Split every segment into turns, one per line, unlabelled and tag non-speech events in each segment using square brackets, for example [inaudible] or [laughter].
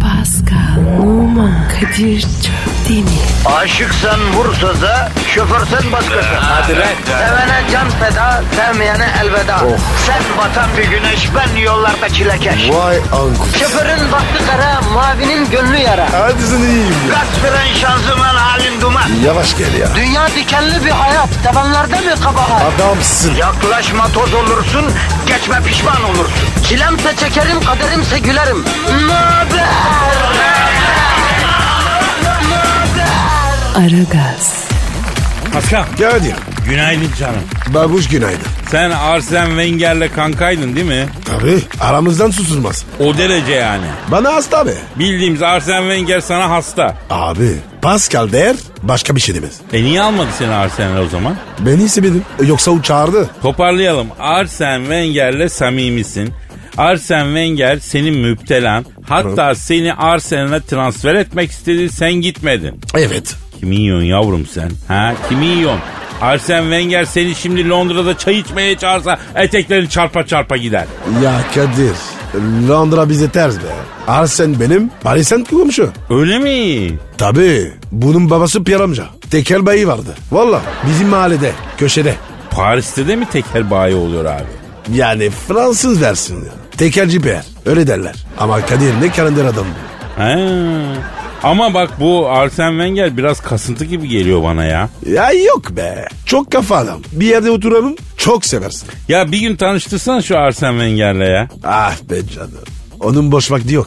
Pascal, Numan, Kadir çok değil mi?
Aşıksan vursa da şoförsen başkasın.
Hadi lan. Oh.
Sevene can feda, sevmeyene elveda. Sen batan bir güneş, ben yollarda çilekeş.
Vay anku.
Şoförün baktı kara, mavinin gönlü yara.
Hadi sen iyiyim ya.
Kasperen şanzıman halin duman.
Yavaş gel ya.
Dünya dikenli bir hayat, sevenlerde mi kabahar?
Adamsın.
Yaklaşma toz olursun, geçme pişman olursun. Çilemse çekerim, kaderimse gülerim. Möber!
Aragaz,
Paskal.
Gel ya.
Günaydın canım.
Babuş günaydın.
Sen Arsene Wenger'le kankaydın değil mi?
Tabii aramızdan susulmaz.
O derece yani.
Bana hasta be.
Bildiğimiz Arsene Wenger sana hasta.
Abi Pascal der başka bir şey demez.
E niye almadı seni Arsenal o zaman?
Beni istemedim. Yoksa o çağırdı.
Toparlayalım. Arsene Wenger'le samimisin. Arsene Wenger senin müptelan. Hatta seni Arsenal'a transfer etmek istedi sen gitmedin.
Evet.
Kimi yiyorsun yavrum sen? Ha kimi yiyorsun? Arsene Wenger seni şimdi Londra'da çay içmeye çağırsa eteklerin çarpa çarpa gider.
Ya Kadir. Londra bize ters be. Arsen benim Paris Saint komşu.
Öyle mi?
Tabii. Bunun babası Pierre amca. Tekel bayi vardı. Valla bizim mahallede köşede.
Paris'te de mi tekel bayi oluyor abi?
Yani Fransız versin. Tekelci Pierre. Öyle derler. Ama Kadir ne kalender adam. bu.
He. Ama bak bu Arsene Wenger biraz kasıntı gibi geliyor bana ya.
Ya yok be. Çok kafa adam. Bir yerde oturalım çok seversin.
Ya bir gün tanıştırsan şu Arsene Wenger'le ya.
Ah be canım. Onun boş vakti yok.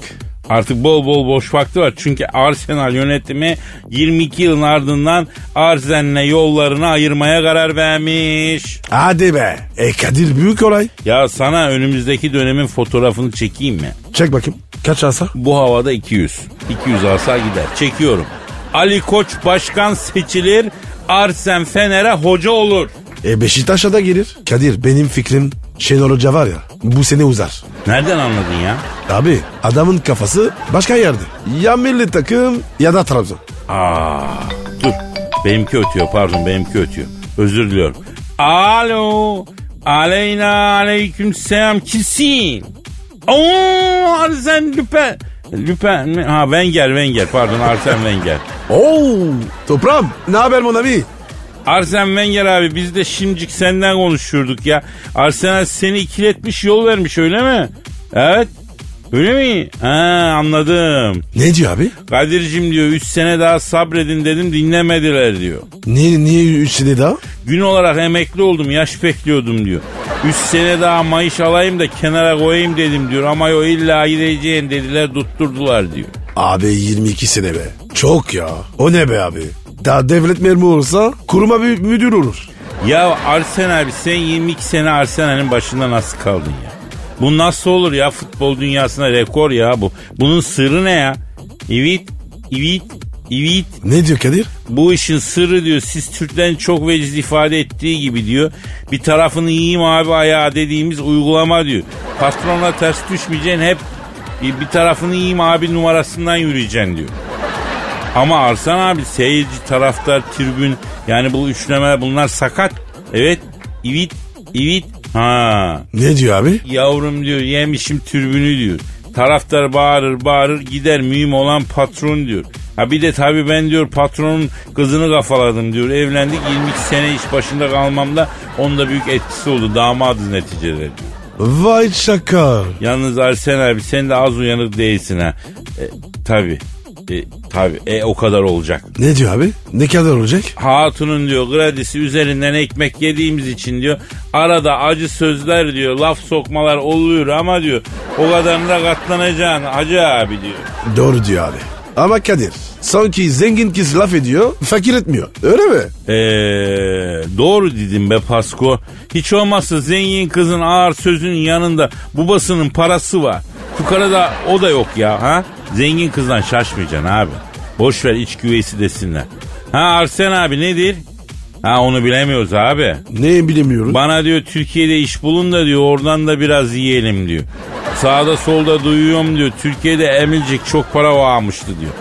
Artık bol bol boş vakti var. Çünkü Arsenal yönetimi 22 yılın ardından Arsen'le yollarını ayırmaya karar vermiş.
Hadi be. E Kadir büyük olay.
Ya sana önümüzdeki dönemin fotoğrafını çekeyim mi?
Çek bakayım. Kaç alsa?
Bu havada 200. 200 asa gider. Çekiyorum. Ali Koç başkan seçilir. Arsen Fener'e hoca olur.
E Beşiktaş'a da gelir. Kadir benim fikrim Şenol Hoca var ya bu sene uzar.
Nereden anladın ya?
Abi adamın kafası başka yerde. Ya milli takım ya da Trabzon.
Aa, dur. Benimki ötüyor pardon benimki ötüyor. Özür diliyorum. Alo. Aleyna aleyküm selam kimsin? Oo Arsen Lüpen. Lüpen mi? Ha Wenger Wenger pardon Arsen Wenger.
Oo, toprağım ne haber mon ami?
Arsen Wenger abi biz de şimdicik senden konuşuyorduk ya. Arsenal seni ikiletmiş yol vermiş öyle mi? Evet. Öyle mi? Ha anladım.
Ne diyor abi?
Kadir'cim diyor 3 sene daha sabredin dedim dinlemediler diyor.
Niye, niye üç sene daha?
Gün olarak emekli oldum yaş bekliyordum diyor. Üç sene daha mayış alayım da kenara koyayım dedim diyor. Ama yo illa gideceğin dediler tutturdular diyor.
Abi 22 sene be. Çok ya. O ne be abi? Daha devlet memuru olsa kuruma bir müdür olur.
Ya Arsen abi sen 22 sene Arsenal'in başında nasıl kaldın ya? Bu nasıl olur ya futbol dünyasına rekor ya bu. Bunun sırrı ne ya? İvit, İvit, İvit.
Ne diyor Kadir?
Bu işin sırrı diyor siz Türklerin çok veciz ifade ettiği gibi diyor. Bir tarafını yiyeyim abi ayağa dediğimiz uygulama diyor. Patronla ters düşmeyeceksin hep bir bir tarafını yiyeyim abi numarasından yürüyeceksin diyor. Ama Arsan abi seyirci, taraftar, tribün yani bu üçleme bunlar sakat. Evet ivit ivit ha
Ne diyor abi?
yavrum diyor yemişim türbünü diyor. Taraftar bağırır bağırır gider mühim olan patron diyor. Ha bir de tabii ben diyor patronun kızını kafaladım diyor. Evlendik 22 sene iş başında kalmamda onda büyük etkisi oldu damadı neticede diyor.
Vay şaka.
Yalnız Arsen abi sen de az uyanık değilsin ha. E, tabii. E, tabii. E o kadar olacak.
Ne diyor abi? Ne kadar olacak?
Hatunun diyor gradisi üzerinden ekmek yediğimiz için diyor arada acı sözler diyor laf sokmalar oluyor ama diyor o kadarına da katlanacaksın hacı abi diyor.
Doğru diyor abi. Ama Kadir sanki zengin kız laf ediyor fakir etmiyor. Öyle mi?
Ee, doğru dedim be Pasko. Hiç olmazsa zengin kızın ağır sözünün yanında babasının parası var. Fukara da o da yok ya ha. Zengin kızdan şaşmayacaksın abi. Boş ver iç güveysi desinler. Ha Arsen abi nedir? Ha onu bilemiyoruz abi.
Ne bilemiyorum.
Bana diyor Türkiye'de iş bulun da diyor oradan da biraz yiyelim diyor. Sağda solda duyuyorum diyor. Türkiye'de Emilcik çok para varmıştı diyor.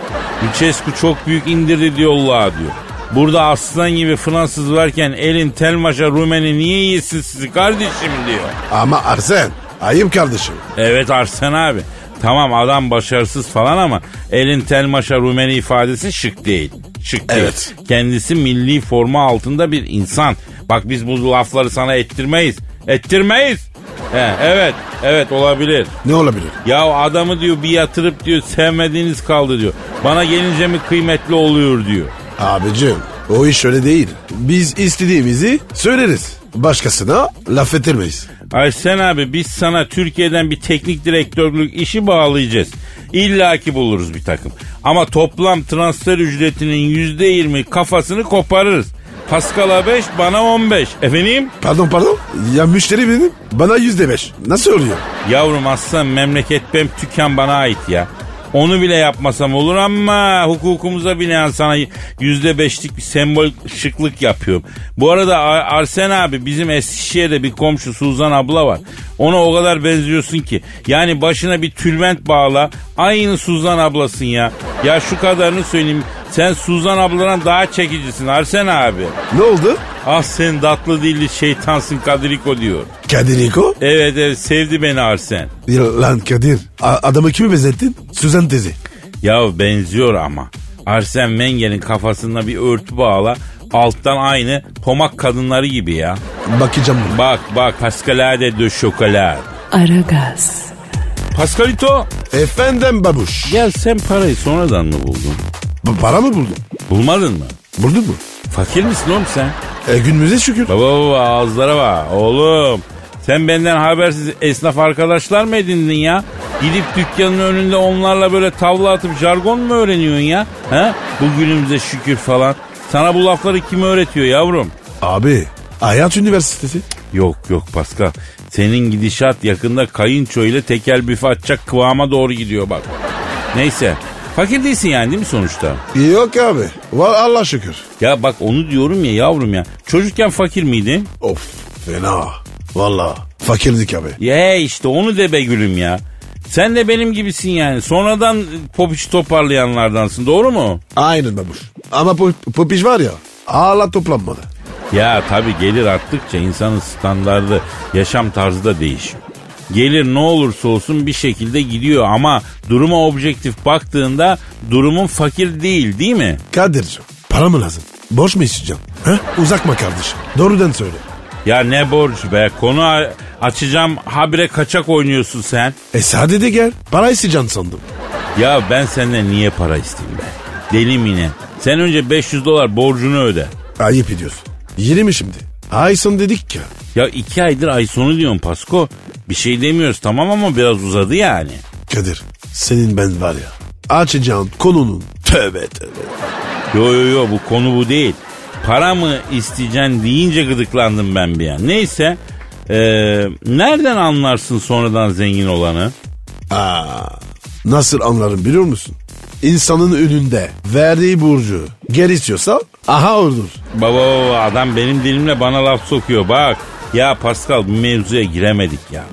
Lucescu çok büyük indirdi diyorlar diyor. Burada aslan gibi Fransız varken elin telmaşa Rumeni niye yesin sizi kardeşim diyor.
Ama Arsen ayıp kardeşim.
Evet Arsen abi. Tamam adam başarısız falan ama elin telmaşa Rumeni ifadesi şık değil. Şık değil.
Evet.
Kendisi milli forma altında bir insan. Bak biz bu lafları sana ettirmeyiz. Ettirmeyiz. He, evet, evet olabilir.
Ne olabilir?
Ya adamı diyor bir yatırıp diyor sevmediğiniz kaldı diyor. Bana gelince mi kıymetli oluyor diyor.
Abicim o iş öyle değil. Biz istediğimizi söyleriz. Başkasına laf ettirmeyiz.
[laughs] Ayşen abi biz sana Türkiye'den bir teknik direktörlük işi bağlayacağız. İlla ki buluruz bir takım. Ama toplam transfer ücretinin yüzde yirmi kafasını koparırız. Paskal'a 5 bana 15. Efendim?
Pardon pardon. Ya müşteri benim. Bana yüzde beş. Nasıl oluyor?
Yavrum aslan memleket benim tüken bana ait ya. Onu bile yapmasam olur ama hukukumuza binaen sana yüzde beşlik bir sembol şıklık yapıyorum. Bu arada A- Arsen abi bizim Eskişehir'de bir komşu Suzan abla var. Ona o kadar benziyorsun ki. Yani başına bir tülbent bağla aynı Suzan ablasın ya. Ya şu kadarını söyleyeyim. Sen Suzan abladan daha çekicisin Arsen abi.
Ne oldu?
Ah sen tatlı dilli şeytansın Kadiriko diyor.
Kadiriko?
Evet evet sevdi beni Arsen.
Ya lan Kadir. a- adamı kimi benzettin? Suzan tezi.
Ya benziyor ama. Arsene Wenger'in kafasında bir örtü bağla. Alttan aynı pomak kadınları gibi ya.
Bakacağım buna.
Bak bak Pascalade de şokolat.
Aragaz.
Pascalito.
Efendim babuş.
Ya sen parayı sonradan mı buldun?
Bu para mı buldun?
Bulmadın mı?
Buldun mu?
Fakir misin oğlum sen?
E günümüze şükür.
Baba baba ağızlara bak oğlum. Sen benden habersiz esnaf arkadaşlar mı edindin ya? Gidip dükkanın önünde onlarla böyle tavla atıp jargon mu öğreniyorsun ya? Ha? Bu günümüze şükür falan. Sana bu lafları kim öğretiyor yavrum?
Abi hayat üniversitesi.
Yok yok Pascal. Senin gidişat yakında kayınço ile tekel büfe atacak kıvama doğru gidiyor bak. Neyse. Fakir değilsin yani değil mi sonuçta?
Yok abi. Var Allah şükür.
Ya bak onu diyorum ya yavrum ya. Çocukken fakir miydin?
Of fena. Valla fakirdik abi.
Ya işte onu de be gülüm ya. Sen de benim gibisin yani. Sonradan popiç toparlayanlardansın doğru mu?
Aynen babuş. Ama pop- popiş var ya hala toplanmadı.
Ya tabii gelir arttıkça insanın standardı, yaşam tarzı da değişiyor. Gelir ne olursa olsun bir şekilde gidiyor ama duruma objektif baktığında durumun fakir değil değil mi?
Kadir'cim para mı lazım? Boş mu isteyeceğim? He? Uzakma kardeşim. Doğrudan söyle.
Ya ne borç be konu a- açacağım habire kaçak oynuyorsun sen.
E sade de gel. Para isteyeceğim sandım.
Ya ben senden niye para isteyeyim be? Deli mi ne? Sen önce 500 dolar borcunu öde.
Ayıp ediyorsun. Yeni mi şimdi? Ay son dedik ya.
Ya iki aydır ay sonu diyorsun Pasko. Bir şey demiyoruz tamam ama biraz uzadı yani.
Kadir senin ben var ya. Açacağım konunun. Tövbe tövbe.
Yo yo yo bu konu bu değil. Para mı isteyeceksin deyince gıdıklandım ben bir an. Neyse. Ee, nereden anlarsın sonradan zengin olanı?
Aa, nasıl anlarım biliyor musun? İnsanın önünde verdiği burcu geri istiyorsa aha odur.
Baba baba adam benim dilimle bana laf sokuyor bak. Ya Pascal bu mevzuya giremedik ya.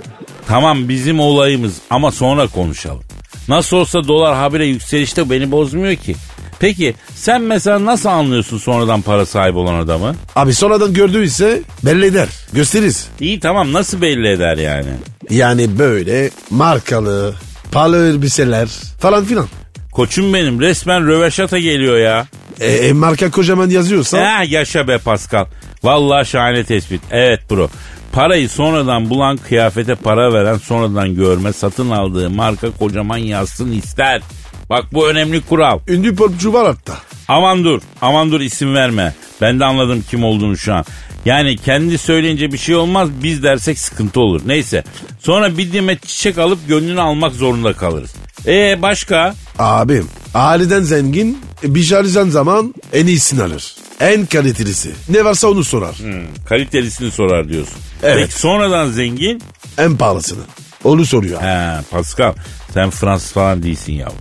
Tamam bizim olayımız ama sonra konuşalım. Nasıl olsa dolar habire yükselişte beni bozmuyor ki. Peki sen mesela nasıl anlıyorsun sonradan para sahibi olan adamı?
Abi sonradan gördüyse belli eder. Gösteririz.
İyi tamam nasıl belli eder yani?
Yani böyle markalı, pahalı elbiseler falan filan.
Koçum benim resmen röveşata geliyor ya.
E, e, marka kocaman yazıyorsa
Eh, yaşa be Pascal. Vallahi şahane tespit. Evet bro. Parayı sonradan bulan kıyafete para veren sonradan görme satın aldığı marka kocaman yazsın ister. Bak bu önemli kural.
ünlü popçu var hatta.
Aman dur, aman dur isim verme. Ben de anladım kim olduğunu şu an. Yani kendi söyleyince bir şey olmaz, biz dersek sıkıntı olur. Neyse. Sonra bir dimet çiçek alıp gönlünü almak zorunda kalırız. E başka?
Abim aileden zengin e, bir çalışan zaman en iyisini alır. En kalitelisi. Ne varsa onu sorar.
Kalitelisini Hmm, sorar diyorsun.
Evet.
Peki sonradan zengin?
En pahalısını. Onu soruyor.
He Pascal sen Fransız falan değilsin yavrum.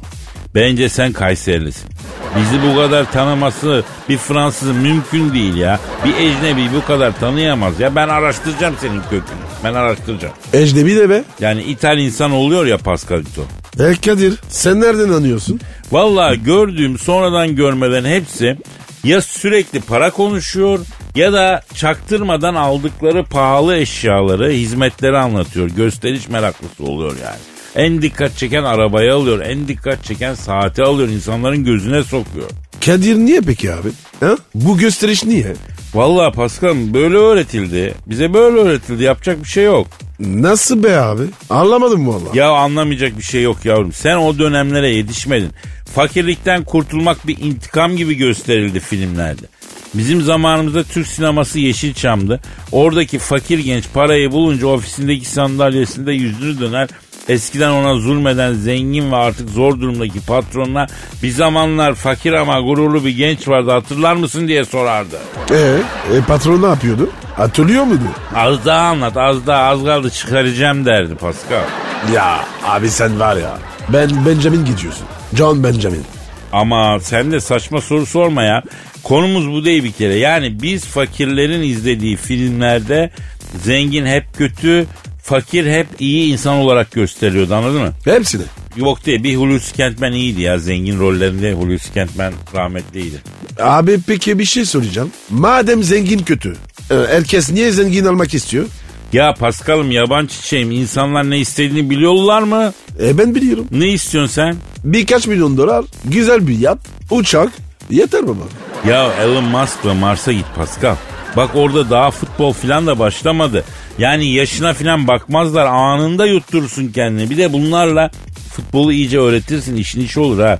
Bence sen Kayserilisin. Bizi bu kadar tanıması bir Fransızın mümkün değil ya. Bir ecnebi bu kadar tanıyamaz ya. Ben araştıracağım senin kökünü. Ben araştıracağım.
Ecnebi de be.
Yani İtal insan oluyor ya Pascalito.
E Kadir sen nereden anlıyorsun?
Vallahi gördüğüm sonradan görmeden hepsi ya sürekli para konuşuyor ya da çaktırmadan aldıkları pahalı eşyaları, hizmetleri anlatıyor. Gösteriş meraklısı oluyor yani. En dikkat çeken arabayı alıyor. En dikkat çeken saati alıyor. insanların gözüne sokuyor.
Kadir niye peki abi? Ha? Bu gösteriş niye?
Vallahi Paskal'ım böyle öğretildi. Bize böyle öğretildi. Yapacak bir şey yok.
Nasıl be abi? Anlamadım vallahi.
Ya anlamayacak bir şey yok yavrum. Sen o dönemlere yetişmedin. Fakirlikten kurtulmak bir intikam gibi gösterildi filmlerde. Bizim zamanımızda Türk sineması Yeşilçam'dı. Oradaki fakir genç parayı bulunca ofisindeki sandalyesinde yüzünü döner. Eskiden ona zulmeden zengin ve artık zor durumdaki patronuna bir zamanlar fakir ama gururlu bir genç vardı hatırlar mısın diye sorardı.
Ee, e, patron ne yapıyordu? Hatırlıyor muydu?
Az daha anlat az daha az kaldı çıkaracağım derdi Pascal.
Ya abi sen var ya. Ben Benjamin gidiyorsun. John Benjamin.
Ama sen de saçma soru sorma ya. Konumuz bu değil bir kere. Yani biz fakirlerin izlediği filmlerde zengin hep kötü, fakir hep iyi insan olarak gösteriliyordu anladın mı?
Hepsini.
Yok diye bir Hulusi Kentmen iyiydi ya zengin rollerinde Hulusi Kentmen rahmetliydi.
Abi peki bir şey soracağım. Madem zengin kötü. e, Herkes niye zengin almak istiyor?
Ya Paskal'ım yaban çiçeğim insanlar ne istediğini biliyorlar mı?
E ben biliyorum.
Ne istiyorsun sen?
Birkaç milyon dolar, güzel bir yat, uçak yeter baba.
Ya Elon Musk'la Mars'a git Pascal. Bak orada daha futbol filan da başlamadı. Yani yaşına filan bakmazlar anında yutturursun kendini. Bir de bunlarla futbolu iyice öğretirsin işin işi olur ha.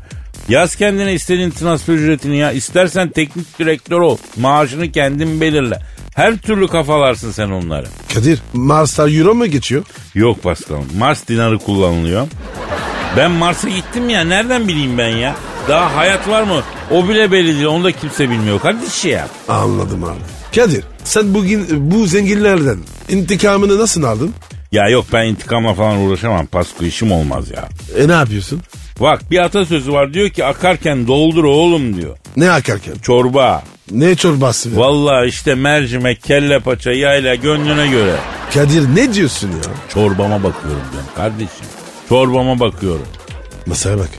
Yaz kendine istediğin transfer ücretini ya. İstersen teknik direktör ol. Maaşını kendin belirle. Her türlü kafalarsın sen onları.
Kadir, Mars'ta euro mu geçiyor?
Yok Pascal'ım. Mars dinarı kullanılıyor. Ben Mars'a gittim ya. Nereden bileyim ben ya? Daha hayat var mı? O bile belli değil. Onu da kimse bilmiyor. Kardeşi ya.
Anladım abi. Kadir, sen bugün bu zenginlerden intikamını nasıl aldın?
Ya yok ben intikamla falan uğraşamam. Pasko işim olmaz ya.
E ne yapıyorsun?
Bak bir atasözü var diyor ki akarken doldur oğlum diyor.
Ne akarken?
Çorba.
Ne çorbası? be?
Vallahi işte mercimek, kelle paça, yayla gönlüne göre.
Kadir ne diyorsun ya?
Çorbama bakıyorum ben kardeşim. Çorbama bakıyorum.
Masaya bak.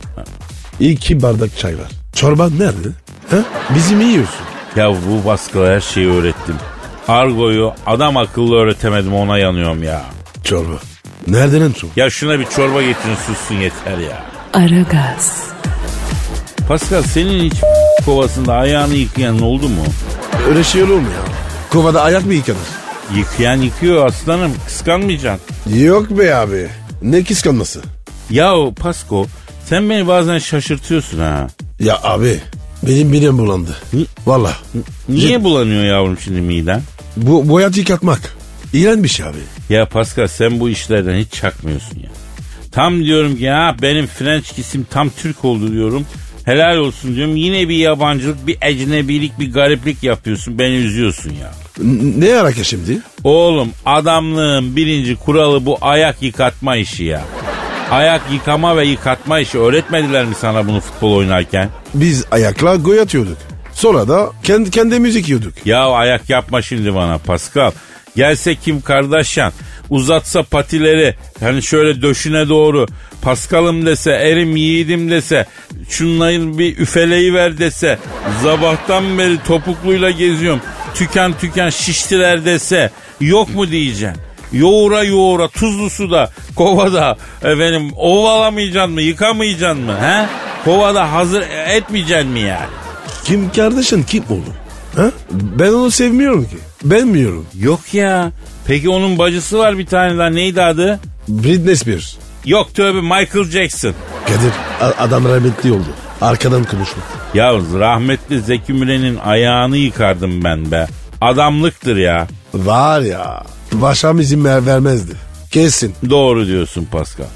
İki bardak çay var. Çorban nerede? Ha? Bizim yiyorsun.
Ya bu baskıla her şeyi öğrettim. Argoyu adam akıllı öğretemedim ona yanıyorum ya.
Çorba. Nereden en çok?
Ya şuna bir çorba getirin sussun yeter ya.
Aragaz.
Pascal senin hiç [laughs] kovasında ayağını yıkayan oldu mu?
Öyle şey olur mu ya? Kovada ayak mı yıkanır?
Yıkayan yıkıyor aslanım kıskanmayacaksın.
Yok be abi. Ne kıskanması?
Yahu Pasko sen beni bazen şaşırtıyorsun ha.
Ya abi benim midem bulandı.
Ni-
Valla.
Niye bulanıyor yavrum şimdi miden?
Bu boyat yıkatmak. İğrenmiş abi.
Ya Pascal sen bu işlerden hiç çakmıyorsun ya. Tam diyorum ki ha benim French kisim tam Türk oldu diyorum. Helal olsun diyorum. Yine bir yabancılık, bir ecnebilik, bir gariplik yapıyorsun. Beni üzüyorsun ya.
N- ne alaka şimdi?
Oğlum adamlığın birinci kuralı bu ayak yıkatma işi ya. Ayak yıkama ve yıkatma işi öğretmediler mi sana bunu futbol oynarken?
Biz ayakla goy atıyorduk. Sonra da kendi, kendi müzik yiyorduk.
Ya ayak yapma şimdi bana Pascal. Gelse Kim Kardashian uzatsa patileri hani şöyle döşüne doğru Pascal'ım dese erim yiğidim dese şunların bir üfeleyi ver dese sabahtan beri topukluyla geziyorum tüken tüken şiştiler dese yok mu diyeceksin. Yoğura yoğura tuzlu suda kovada efendim ovalamayacaksın mı yıkamayacaksın mı he? Kovada hazır etmeyeceksin mi yani?
Kim kardeşin kim oğlum? Ha? Ben onu sevmiyorum ki. Ben biliyorum.
Yok ya. Peki onun bacısı var bir tane daha. Neydi adı?
Britney Spears.
Yok tövbe Michael Jackson.
Kadir a- adam rahmetli oldu. Arkadan konuşma.
Ya rahmetli Zeki Müren'in ayağını yıkardım ben be. Adamlıktır ya.
Var ya. Paşam izin ver- vermezdi. Kesin.
Doğru diyorsun Pascal.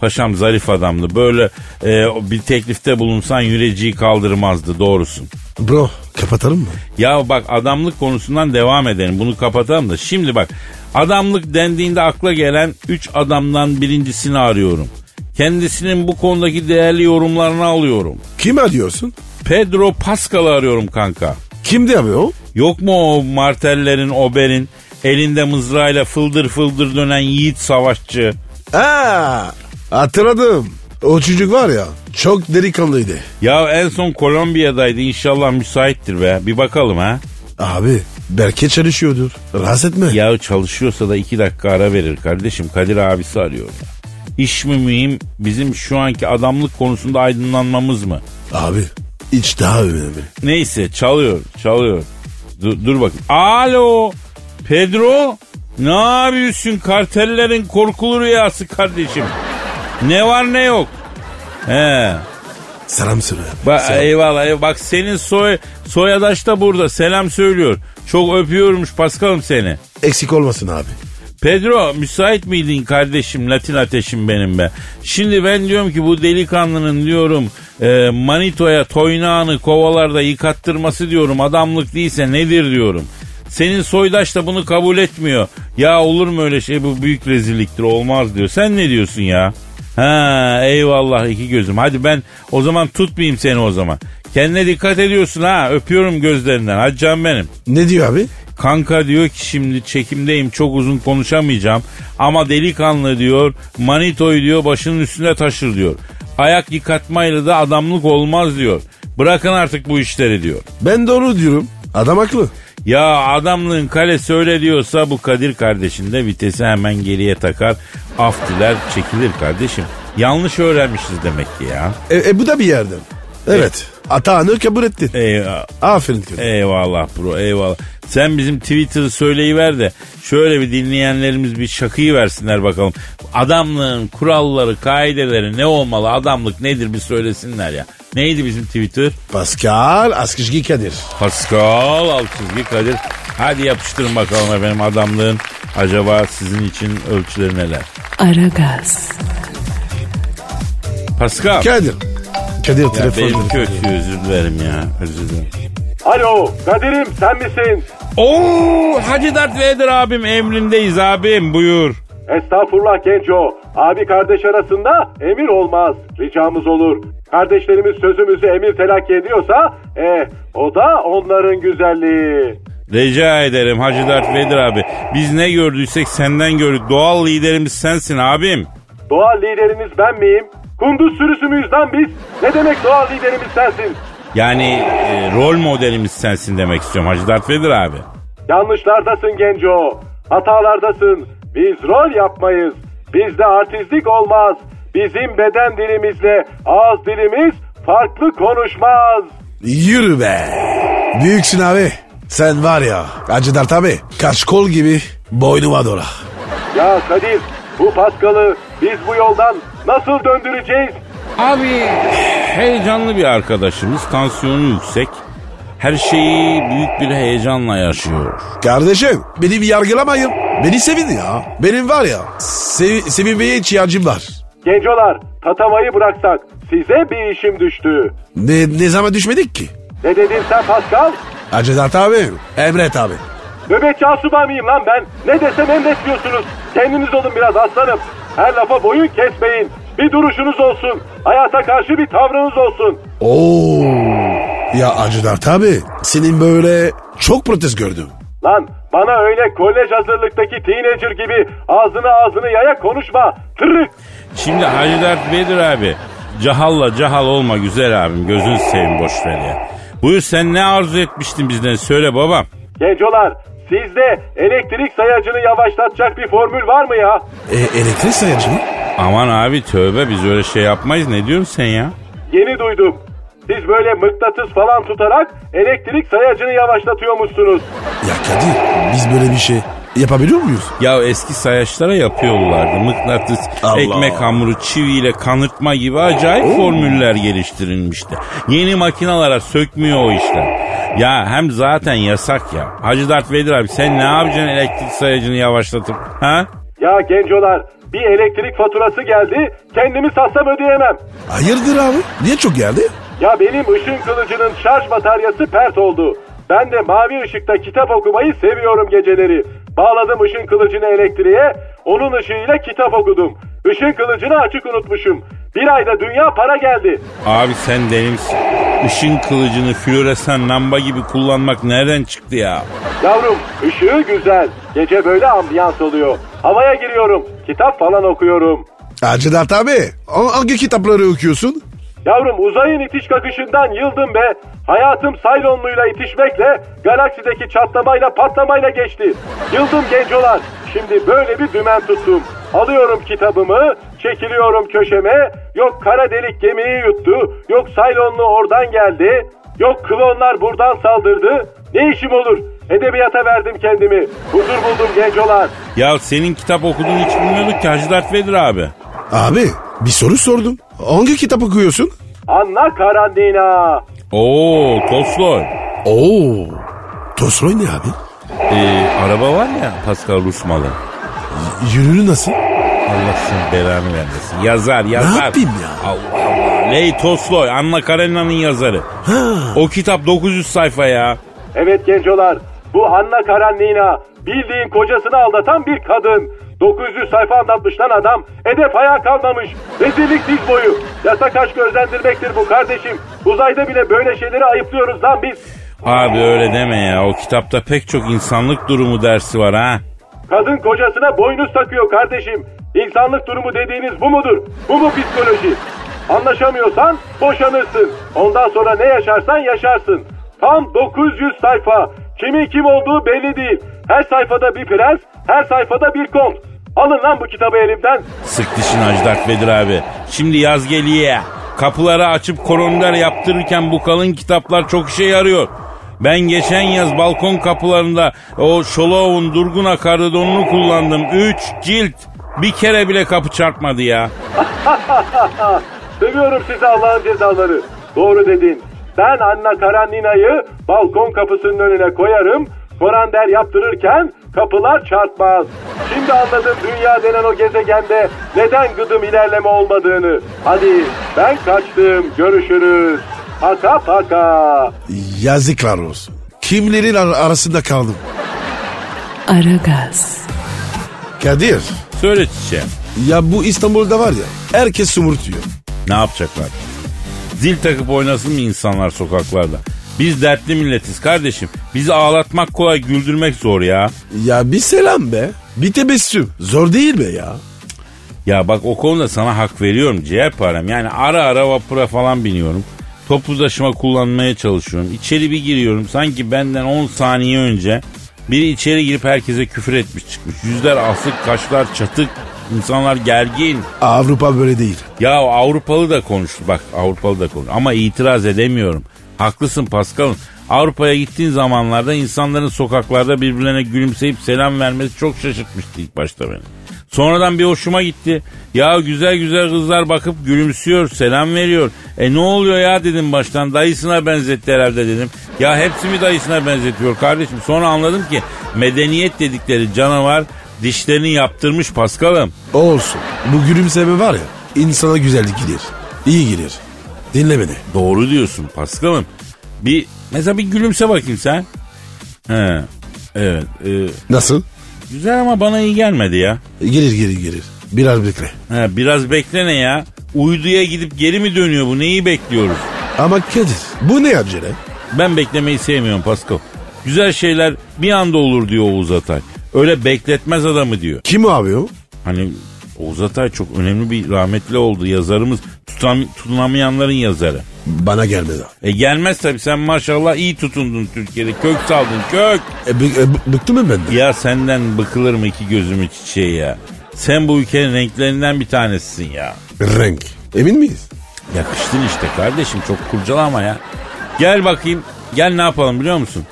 Paşam zarif adamdı. Böyle e, bir teklifte bulunsan yüreciyi kaldırmazdı. Doğrusun.
Bro kapatalım mı?
Ya bak adamlık konusundan devam edelim. Bunu kapatalım da. Şimdi bak adamlık dendiğinde akla gelen 3 adamdan birincisini arıyorum. Kendisinin bu konudaki değerli yorumlarını alıyorum.
Kim arıyorsun?
Pedro Pascal'ı arıyorum kanka.
Kimdi abi o?
Yok mu o martellerin, oberin, elinde mızrağıyla fıldır fıldır dönen yiğit savaşçı?
Aa, hatırladım. O çocuk var ya çok delikanlıydı.
Ya en son Kolombiya'daydı inşallah müsaittir be. Bir bakalım ha.
Abi belki çalışıyordur. Rahatsız etme.
Ya çalışıyorsa da iki dakika ara verir kardeşim. Kadir abisi arıyor. ya. İş mi mühim bizim şu anki adamlık konusunda aydınlanmamız mı?
Abi iç daha önemli.
Neyse çalıyor çalıyor. Dur, dur bakayım. Alo Pedro ne yapıyorsun kartellerin korkulu rüyası kardeşim. Ne var ne yok. He.
Selam söyle.
Ba
Selam.
eyvallah, eyvallah. Bak senin soy soyadaş da burada. Selam söylüyor. Çok öpüyormuş Paskal'ım seni.
Eksik olmasın abi.
Pedro müsait miydin kardeşim Latin ateşim benim be. Şimdi ben diyorum ki bu delikanlının diyorum e, manitoya toynağını kovalarda yıkattırması diyorum adamlık değilse nedir diyorum. Senin soydaş da bunu kabul etmiyor. Ya olur mu öyle şey bu büyük rezilliktir olmaz diyor. Sen ne diyorsun ya? Ha eyvallah iki gözüm. Hadi ben o zaman tutmayayım seni o zaman. Kendine dikkat ediyorsun ha. Öpüyorum gözlerinden. Hadi canım benim.
Ne diyor abi?
Kanka diyor ki şimdi çekimdeyim çok uzun konuşamayacağım ama delikanlı diyor manitoyu diyor başının üstüne taşır diyor. Ayak yıkatmayla da adamlık olmaz diyor. Bırakın artık bu işleri diyor.
Ben de onu diyorum. Adam haklı.
Ya adamlığın kalesi öyle diyorsa bu Kadir kardeşin de vitesi hemen geriye takar. Af diler çekilir kardeşim. Yanlış öğrenmişiz demek ki ya.
E, e, bu da bir yerden. Evet. Atağını kabul ettin.
Eyvah.
Aferin. kız.
E- Eyvallah bro eyvallah. Sen bizim Twitter'ı söyleyiver de şöyle bir dinleyenlerimiz bir şakayı versinler bakalım. Adamlığın kuralları, kaideleri ne olmalı, adamlık nedir bir söylesinler ya. Neydi bizim Twitter?
Pascal Askışgi Kadir.
Pascal Altçizgi Kadir. Hadi yapıştırın bakalım efendim adamlığın acaba sizin için ölçüleri neler?
Aragaz,
Pascal.
Kadir. Kadir
Ya benim
telefon.
kötü özür dilerim ya özür dilerim.
Alo Kadir'im sen misin?
Oo Hacı Dert Vedir abim emrindeyiz abim buyur.
Estağfurullah genco. Abi kardeş arasında emir olmaz. Ricamız olur. Kardeşlerimiz sözümüzü emir telakki ediyorsa eh, o da onların güzelliği.
Rica ederim Hacı Dert Vedir abi. Biz ne gördüysek senden gördük. Doğal liderimiz sensin abim.
Doğal lideriniz ben miyim? Kunduz sürüsü müyüz lan biz? Ne demek doğal liderimiz sensin?
Yani e, rol modelimiz sensin demek istiyorum Hacı Dert Vedir abi.
Yanlışlardasın genco. Hatalardasın. Biz rol yapmayız. Bizde artistlik olmaz. Bizim beden dilimizle ağız dilimiz farklı konuşmaz.
Yürü be. Büyüksün abi. Sen var ya Hacı Dert abi kaşkol gibi boynuma dola.
Ya Kadir bu Paskal'ı biz bu yoldan nasıl döndüreceğiz?
Abi heyecanlı bir arkadaşımız. Tansiyonu yüksek. Her şeyi büyük bir heyecanla yaşıyor.
Kardeşim beni bir yargılamayın. Beni sevin ya. Benim var ya sev sevinmeye ihtiyacım var.
Gencolar tatavayı bıraksak size bir işim düştü.
Ne, ne zaman düşmedik ki?
Ne dedin sen Paskal?
Hacı Dert abi emret abi.
Nöbetçi asuba mıyım lan ben? Ne desem emretiyorsunuz. Kendiniz olun biraz aslanım. Her lafa boyun kesmeyin. Bir duruşunuz olsun. Hayata karşı bir tavrınız olsun.
Oo. Ya Hacı Dert abi senin böyle çok protest gördüm.
Lan bana öyle kolej hazırlıktaki teenager gibi ağzını ağzını yaya konuşma. Tırık.
Şimdi Hacı Dert Vedir abi. Cahalla cahal olma güzel abim. Gözünü seveyim boş ver ya. Buyur sen ne arzu etmiştin bizden söyle babam.
Gencolar sizde elektrik sayacını yavaşlatacak bir formül var mı ya?
E, elektrik sayacı mı?
Aman abi tövbe biz öyle şey yapmayız ne diyorsun sen ya?
Yeni duydum. Siz böyle mıknatıs falan tutarak elektrik sayacını yavaşlatıyormuşsunuz.
Ya Kadir biz böyle bir şey yapabiliyor muyuz?
Ya eski sayaçlara yapıyorlardı. Mıknatıs,
Allah.
ekmek hamuru, çiviyle kanırtma gibi acayip formüller geliştirilmişti. Yeni makinalara sökmüyor o işler. Ya hem zaten yasak ya. Hacı Dert Vedir abi sen ne yapacaksın elektrik sayacını yavaşlatıp? Ha?
Ya gencolar bir elektrik faturası geldi kendimi satsam ödeyemem.
Hayırdır abi? Niye çok geldi?
Ya benim ışın kılıcının şarj bataryası pert oldu. Ben de mavi ışıkta kitap okumayı seviyorum geceleri. Bağladım ışın kılıcını elektriğe, onun ışığıyla kitap okudum. Işın kılıcını açık unutmuşum. Bir ayda dünya para geldi.
Abi sen deli misin? Işın kılıcını floresan lamba gibi kullanmak nereden çıktı ya?
Yavrum ışığı güzel. Gece böyle ambiyans oluyor. Havaya giriyorum. Kitap falan okuyorum.
Hacı Dert abi ha- hangi kitapları okuyorsun?
Yavrum uzayın itiş kakışından yıldım be. Hayatım Saylonlu'yla itişmekle, galaksideki çatlamayla patlamayla geçti. Yıldım gencolar. Şimdi böyle bir dümen tuttum. Alıyorum kitabımı, Çekiliyorum köşeme. Yok kara delik gemiyi yuttu. Yok saylonlu oradan geldi. Yok klonlar buradan saldırdı. Ne işim olur? Edebiyata verdim kendimi. Huzur buldum gencolar.
Ya senin kitap okuduğunu hiç bilmiyorduk ki Hacı Dert Vedir abi.
Abi bir soru sordum. Hangi kitap okuyorsun?
Anla karantina.
Oo Tolstoy.
Oo. Tolstoy ne abi?
Ee, araba var ya Pascal Rus malı.
Yürürü nasıl?
Allah senin belanı vermesin. Yazar yazar.
yapayım ya?
Allah Allah. Ley Tolstoy Anna Karenina'nın yazarı. O kitap 900 sayfa ya.
Evet gencolar, bu Anna Karanina bildiğin kocasını aldatan bir kadın. 900 sayfa anlatmış lan adam. Edep ayağa kalmamış. Rezillik diz boyu. Yasak aşkı özendirmektir bu kardeşim. Uzayda bile böyle şeyleri ayıplıyoruz lan biz.
Abi öyle deme ya. O kitapta pek çok insanlık durumu dersi var ha.
Kadın kocasına boynuz takıyor kardeşim. İnsanlık durumu dediğiniz bu mudur? Bu mu psikoloji? Anlaşamıyorsan boşanırsın. Ondan sonra ne yaşarsan yaşarsın. Tam 900 sayfa. Kimin kim olduğu belli değil. Her sayfada bir prens, her sayfada bir kont. Alın lan bu kitabı elimden.
Sık dişin Hacı Dert Vedir abi. Şimdi yaz geliyor. Kapıları açıp koronlar yaptırırken bu kalın kitaplar çok işe yarıyor. Ben geçen yaz balkon kapılarında o Şolov'un durgun akardı donunu kullandım. Üç cilt. Bir kere bile kapı çarpmadı ya.
[laughs] Seviyorum sizi Allah'ın cezaları. Doğru dedin. Ben Anna Karenina'yı balkon kapısının önüne koyarım. Korander yaptırırken kapılar çarpmaz. Şimdi anladım dünya denen o gezegende neden gıdım ilerleme olmadığını. Hadi ben kaçtım. Görüşürüz. Paka paka.
Yazıklar olsun. Kimlerin ar- arasında kaldım?
Aragaz.
Kadir.
Söyle çiçeğim.
Ya bu İstanbul'da var ya herkes sumurtuyor.
Ne yapacaklar? Zil takıp oynasın mı insanlar sokaklarda? Biz dertli milletiz kardeşim. Bizi ağlatmak kolay, güldürmek zor ya.
Ya bir selam be. Bir tebessüm. Zor değil be ya.
Ya bak o konuda sana hak veriyorum ciğerparem. Yani ara ara vapura falan biniyorum. Toplu taşıma kullanmaya çalışıyorum. İçeri bir giriyorum. Sanki benden 10 saniye önce biri içeri girip herkese küfür etmiş çıkmış. Yüzler asık, kaşlar çatık. İnsanlar gergin.
Avrupa böyle değil.
Ya Avrupalı da konuştu bak Avrupalı da konuştu ama itiraz edemiyorum. Haklısın Paskal'ım. Avrupa'ya gittiğin zamanlarda insanların sokaklarda birbirlerine gülümseyip selam vermesi çok şaşırtmıştı ilk başta beni. Sonradan bir hoşuma gitti. Ya güzel güzel kızlar bakıp gülümsüyor, selam veriyor. E ne oluyor ya dedim baştan. Dayısına benzetti herhalde dedim. Ya hepsi mi dayısına benzetiyor kardeşim? Sonra anladım ki medeniyet dedikleri canavar dişlerini yaptırmış Paskal'ım.
Olsun. Bu gülümseme var ya insana güzellik gelir. İyi gelir. Dinle beni.
Doğru diyorsun Paskal'ım. Bir mesela bir gülümse bakayım sen. He. Evet. e,
Nasıl?
güzel ama bana iyi gelmedi ya.
Gelir gelir gelir. Biraz bekle.
He, biraz beklene ya. Uyduya gidip geri mi dönüyor bu? Neyi bekliyoruz?
Ama Kadir bu ne acele?
Ben beklemeyi sevmiyorum Paskal. Güzel şeyler bir anda olur diyor Oğuz Atay. Öyle bekletmez adamı diyor.
Kim o abi o?
Hani Oğuz Atay çok önemli bir rahmetli oldu yazarımız. Tutam, tutunamayanların yazarı.
Bana gelmedi. abi.
E gelmez tabii sen maşallah iyi tutundun Türkiye'de. Kök saldın kök.
E, bı- e, bı- bıktın mı benden?
Ya senden bıkılır mı iki gözümü çiçeği ya? Sen bu ülkenin renklerinden bir tanesisin ya.
Renk. Emin miyiz?
Yakıştın işte kardeşim çok kurcalama ya. Gel bakayım. Gel ne yapalım biliyor musun?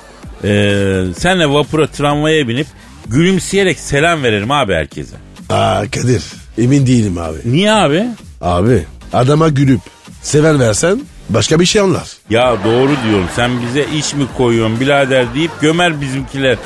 Ee, senle vapura tramvaya binip gülümseyerek selam verelim abi herkese.
Aa Kadir emin değilim abi.
Niye abi?
Abi adama gülüp sever versen başka bir şey anlar.
Ya doğru diyorum sen bize iş mi koyuyorsun birader deyip gömer bizimkiler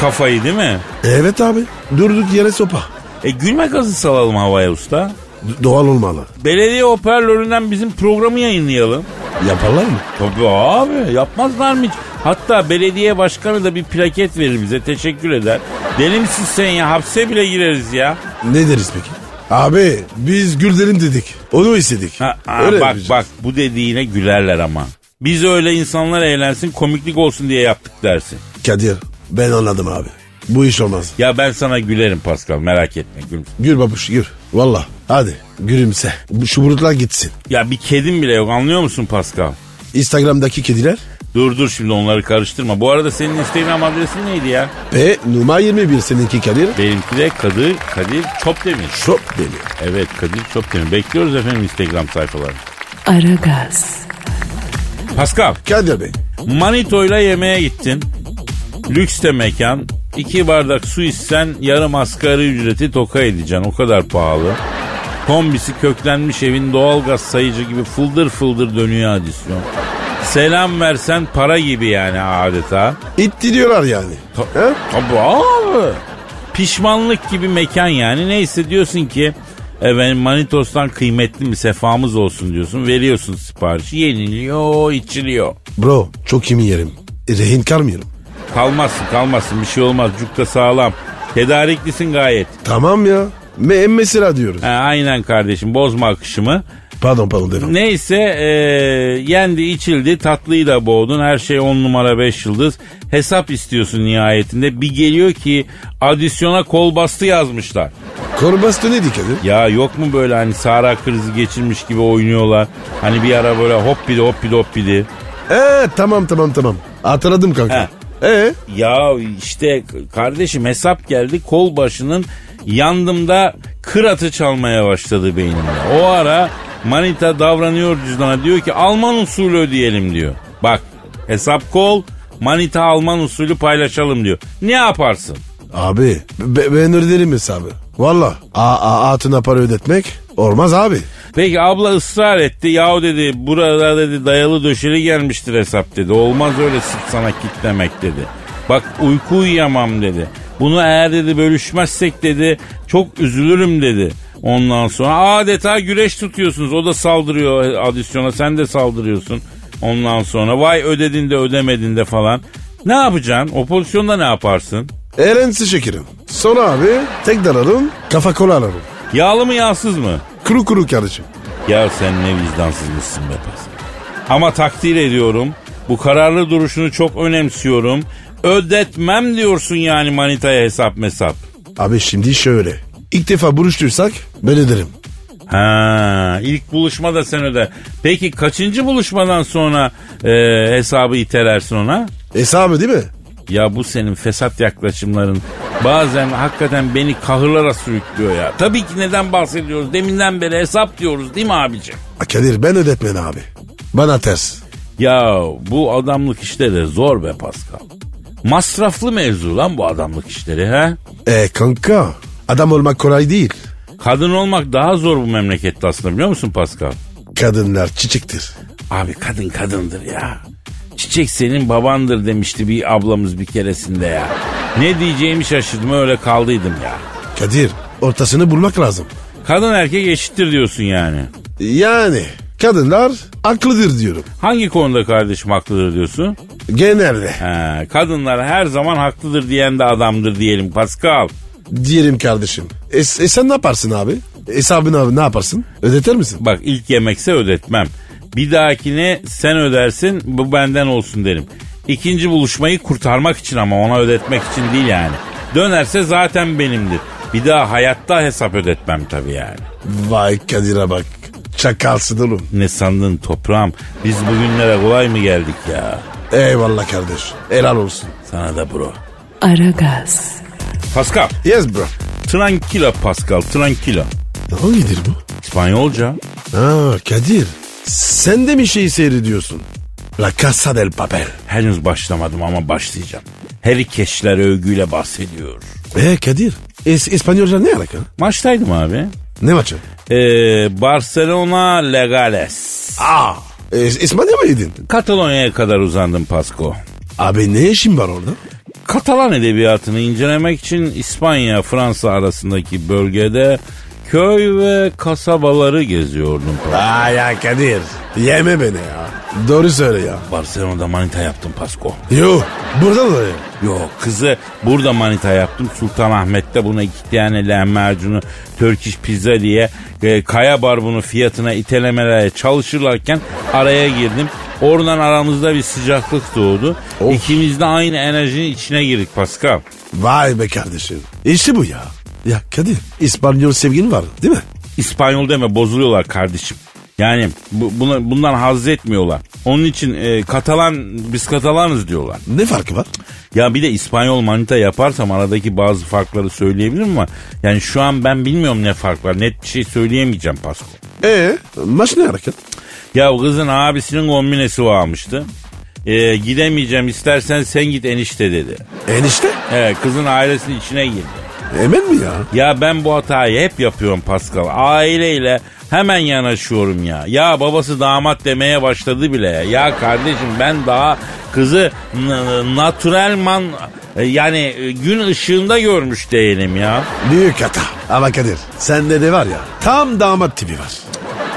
kafayı değil mi?
E, Evet abi durduk yere sopa.
E gülme gazı salalım havaya usta.
D- doğal olmalı.
Belediye hoparlöründen bizim programı yayınlayalım.
Yaparlar mı?
Tabii abi yapmazlar mı hiç? Hatta belediye başkanı da bir plaket verir bize teşekkür eder. Deli misin sen ya hapse bile gireriz ya.
Ne deriz peki? Abi biz güldürelim dedik. Onu istedik.
Ha, ha,
Öyle
bak
yapacağız.
bak bu dediğine gülerler ama. Biz öyle insanlar eğlensin komiklik olsun diye yaptık dersin.
Kadir ben anladım abi. Bu iş olmaz.
Ya ben sana gülerim Pascal merak etme gülüm.
Gül babuş gül. Valla hadi gülümse. Bu- Şu burutlar gitsin.
Ya bir kedim bile yok anlıyor musun Pascal?
Instagram'daki kediler
Dur dur şimdi onları karıştırma. Bu arada senin Instagram adresin neydi ya?
Ve numara 21 seninki Kadir.
Benimki de Kadir, Kadir Çopdemir.
Şop deniyor.
Evet Kadir Çopdemir. Bekliyoruz efendim Instagram sayfalarını.
Aragaz,
Pascal,
Kadir Bey.
Manito'yla yemeğe gittin. Lüks de mekan. İki bardak su içsen yarım asgari ücreti toka edeceksin. O kadar pahalı. Kombisi köklenmiş evin doğalgaz sayıcı gibi fıldır fıldır dönüyor adisyon. Selam versen para gibi yani adeta.
İtti diyorlar yani. He?
Tabii abi. Pişmanlık gibi mekan yani. Neyse diyorsun ki efendim Manitos'tan kıymetli bir sefamız olsun diyorsun. Veriyorsun siparişi yeniliyor içiliyor.
Bro çok iyi mi yerim? E, rehin karmıyorum.
Kalmazsın kalmazsın bir şey olmaz cukta sağlam. Tedariklisin gayet.
Tamam ya. Me mesela diyoruz.
Ha, aynen kardeşim bozma akışımı.
Pardon pardon devam.
Neyse eee, yendi içildi tatlıyı da boğdun her şey on numara beş yıldız. Hesap istiyorsun nihayetinde bir geliyor ki adisyona kol bastı yazmışlar.
Korbastı neydi Kadir?
Ya yok mu böyle hani Sahra krizi geçirmiş gibi oynuyorlar. Hani bir ara böyle hop bidi hop bidi hop bidi.
Ee, tamam tamam tamam. Hatırladım kanka. Ee,
Ya işte kardeşim hesap geldi kol başının yandımda kır atı çalmaya başladı beynimde. O ara manita davranıyor cüzdana diyor ki Alman usulü ödeyelim diyor. Bak hesap kol manita Alman usulü paylaşalım diyor. Ne yaparsın?
abi be- ben öderim hesabı. Valla a- a- atına para ödetmek olmaz abi.
Peki abla ısrar etti. Yahu dedi burada dedi dayalı döşeli gelmiştir hesap dedi. Olmaz öyle sık sana kitlemek dedi. Bak uyku uyuyamam dedi. Bunu eğer dedi bölüşmezsek dedi çok üzülürüm dedi. Ondan sonra adeta güreş tutuyorsunuz. O da saldırıyor adisyona sen de saldırıyorsun. Ondan sonra vay ödedin de ödemedin de falan. Ne yapacaksın? O pozisyonda ne yaparsın?
Erensi şekerim. Sonra abi tekrar alın kafa kola alalım.
Yağlı mı yağsız mı?
Kuru kuru karışım.
Ya sen ne vicdansızmışsın be Pascal. Ama takdir ediyorum. Bu kararlı duruşunu çok önemsiyorum. Ödetmem diyorsun yani manitaya hesap mesap.
Abi şimdi şöyle. İlk defa buluştuysak ben öderim.
Ha, ilk buluşmada sen öder. Peki kaçıncı buluşmadan sonra e, hesabı itelersin ona?
Hesabı değil mi?
Ya bu senin fesat yaklaşımların bazen hakikaten beni kahırlara sürüklüyor ya. Tabii ki neden bahsediyoruz? Deminden beri hesap diyoruz değil mi abicim?
Ha, Kadir ben ödetmen abi. Bana ters.
Ya bu adamlık işleri zor be Pascal. Masraflı mevzu lan bu adamlık işleri he.
E kanka adam olmak kolay değil.
Kadın olmak daha zor bu memlekette aslında biliyor musun Pascal?
Kadınlar çiçektir.
Abi kadın kadındır ya. Çiçek senin babandır demişti bir ablamız bir keresinde ya. Ne diyeceğimi şaşırdım öyle kaldıydım ya.
Kadir ortasını bulmak lazım.
Kadın erkek eşittir diyorsun yani.
Yani kadınlar aklıdır diyorum.
Hangi konuda kardeşim haklıdır diyorsun?
Genelde
He, kadınlar her zaman haklıdır diyen de adamdır diyelim Pascal.
diyelim kardeşim. E, e sen ne yaparsın abi? Hesabını abi ne yaparsın? Ödeter misin?
Bak ilk yemekse ödetmem. Bir dahakine sen ödersin bu benden olsun derim. İkinci buluşmayı kurtarmak için ama ona ödetmek için değil yani. Dönerse zaten benimdir. Bir daha hayatta hesap ödetmem tabii yani.
Vay Kadir'e bak. Çakalsın oğlum.
Ne sandın toprağım? Biz bugünlere kolay mı geldik ya?
Eyvallah kardeş. Helal olsun.
Sana da bro.
Aragaz,
Pascal.
Yes bro.
Tranquila Pascal. Tranquila.
Hangidir bu?
İspanyolca.
Ha Kadir. Sen de mi şeyi seyrediyorsun? La Casa del Papel.
Henüz başlamadım ama başlayacağım. Her keşler övgüyle bahsediyor.
E Kadir. Es İspanyolca ne alaka?
Maçtaydım abi.
Ne maçı?
Ee, Barcelona Legales.
Aa. E, İspanya mı yedin?
Katalonya'ya kadar uzandım Pasko.
Abi ne işin var orada?
Katalan edebiyatını incelemek için İspanya, Fransa arasındaki bölgede köy ve kasabaları geziyordum.
Aa ya Kadir. Yeme beni ya. Doğru söyle ya.
Barcelona'da manita yaptım Pasko.
Yo burada da ya.
Yok kızı burada manita yaptım. Sultanahmet'te buna iki tane lahmacunu Turkish pizza diye e, kaya barbunu fiyatına itelemeye çalışırlarken araya girdim. Oradan aramızda bir sıcaklık doğdu.
Of.
İkimiz de aynı enerjinin içine girdik Pascal.
Vay be kardeşim. İşte bu ya. Ya Kadir İspanyol sevgin var değil mi?
İspanyol deme bozuluyorlar kardeşim. Yani bu, buna, bundan haz etmiyorlar. Onun için e, Katalan biz Katalanız diyorlar.
Ne farkı var?
Ya bir de İspanyol manita yaparsam aradaki bazı farkları söyleyebilirim ama yani şu an ben bilmiyorum ne fark var. Net bir şey söyleyemeyeceğim Pasko.
Ee, maç ne hareket?
Ya kızın abisinin kombinesi varmıştı. E, gidemeyeceğim istersen sen git enişte dedi.
Enişte.
Evet kızın ailesinin içine girdi.
Hemen mi ya?
Ya ben bu hatayı hep yapıyorum Pascal. Aileyle hemen yanaşıyorum ya. Ya babası damat demeye başladı bile ya. Ya kardeşim ben daha kızı n- natürel man e, yani e, gün ışığında görmüş değilim ya.
Büyük hata. Ama Kadir sende de var ya tam damat tipi var.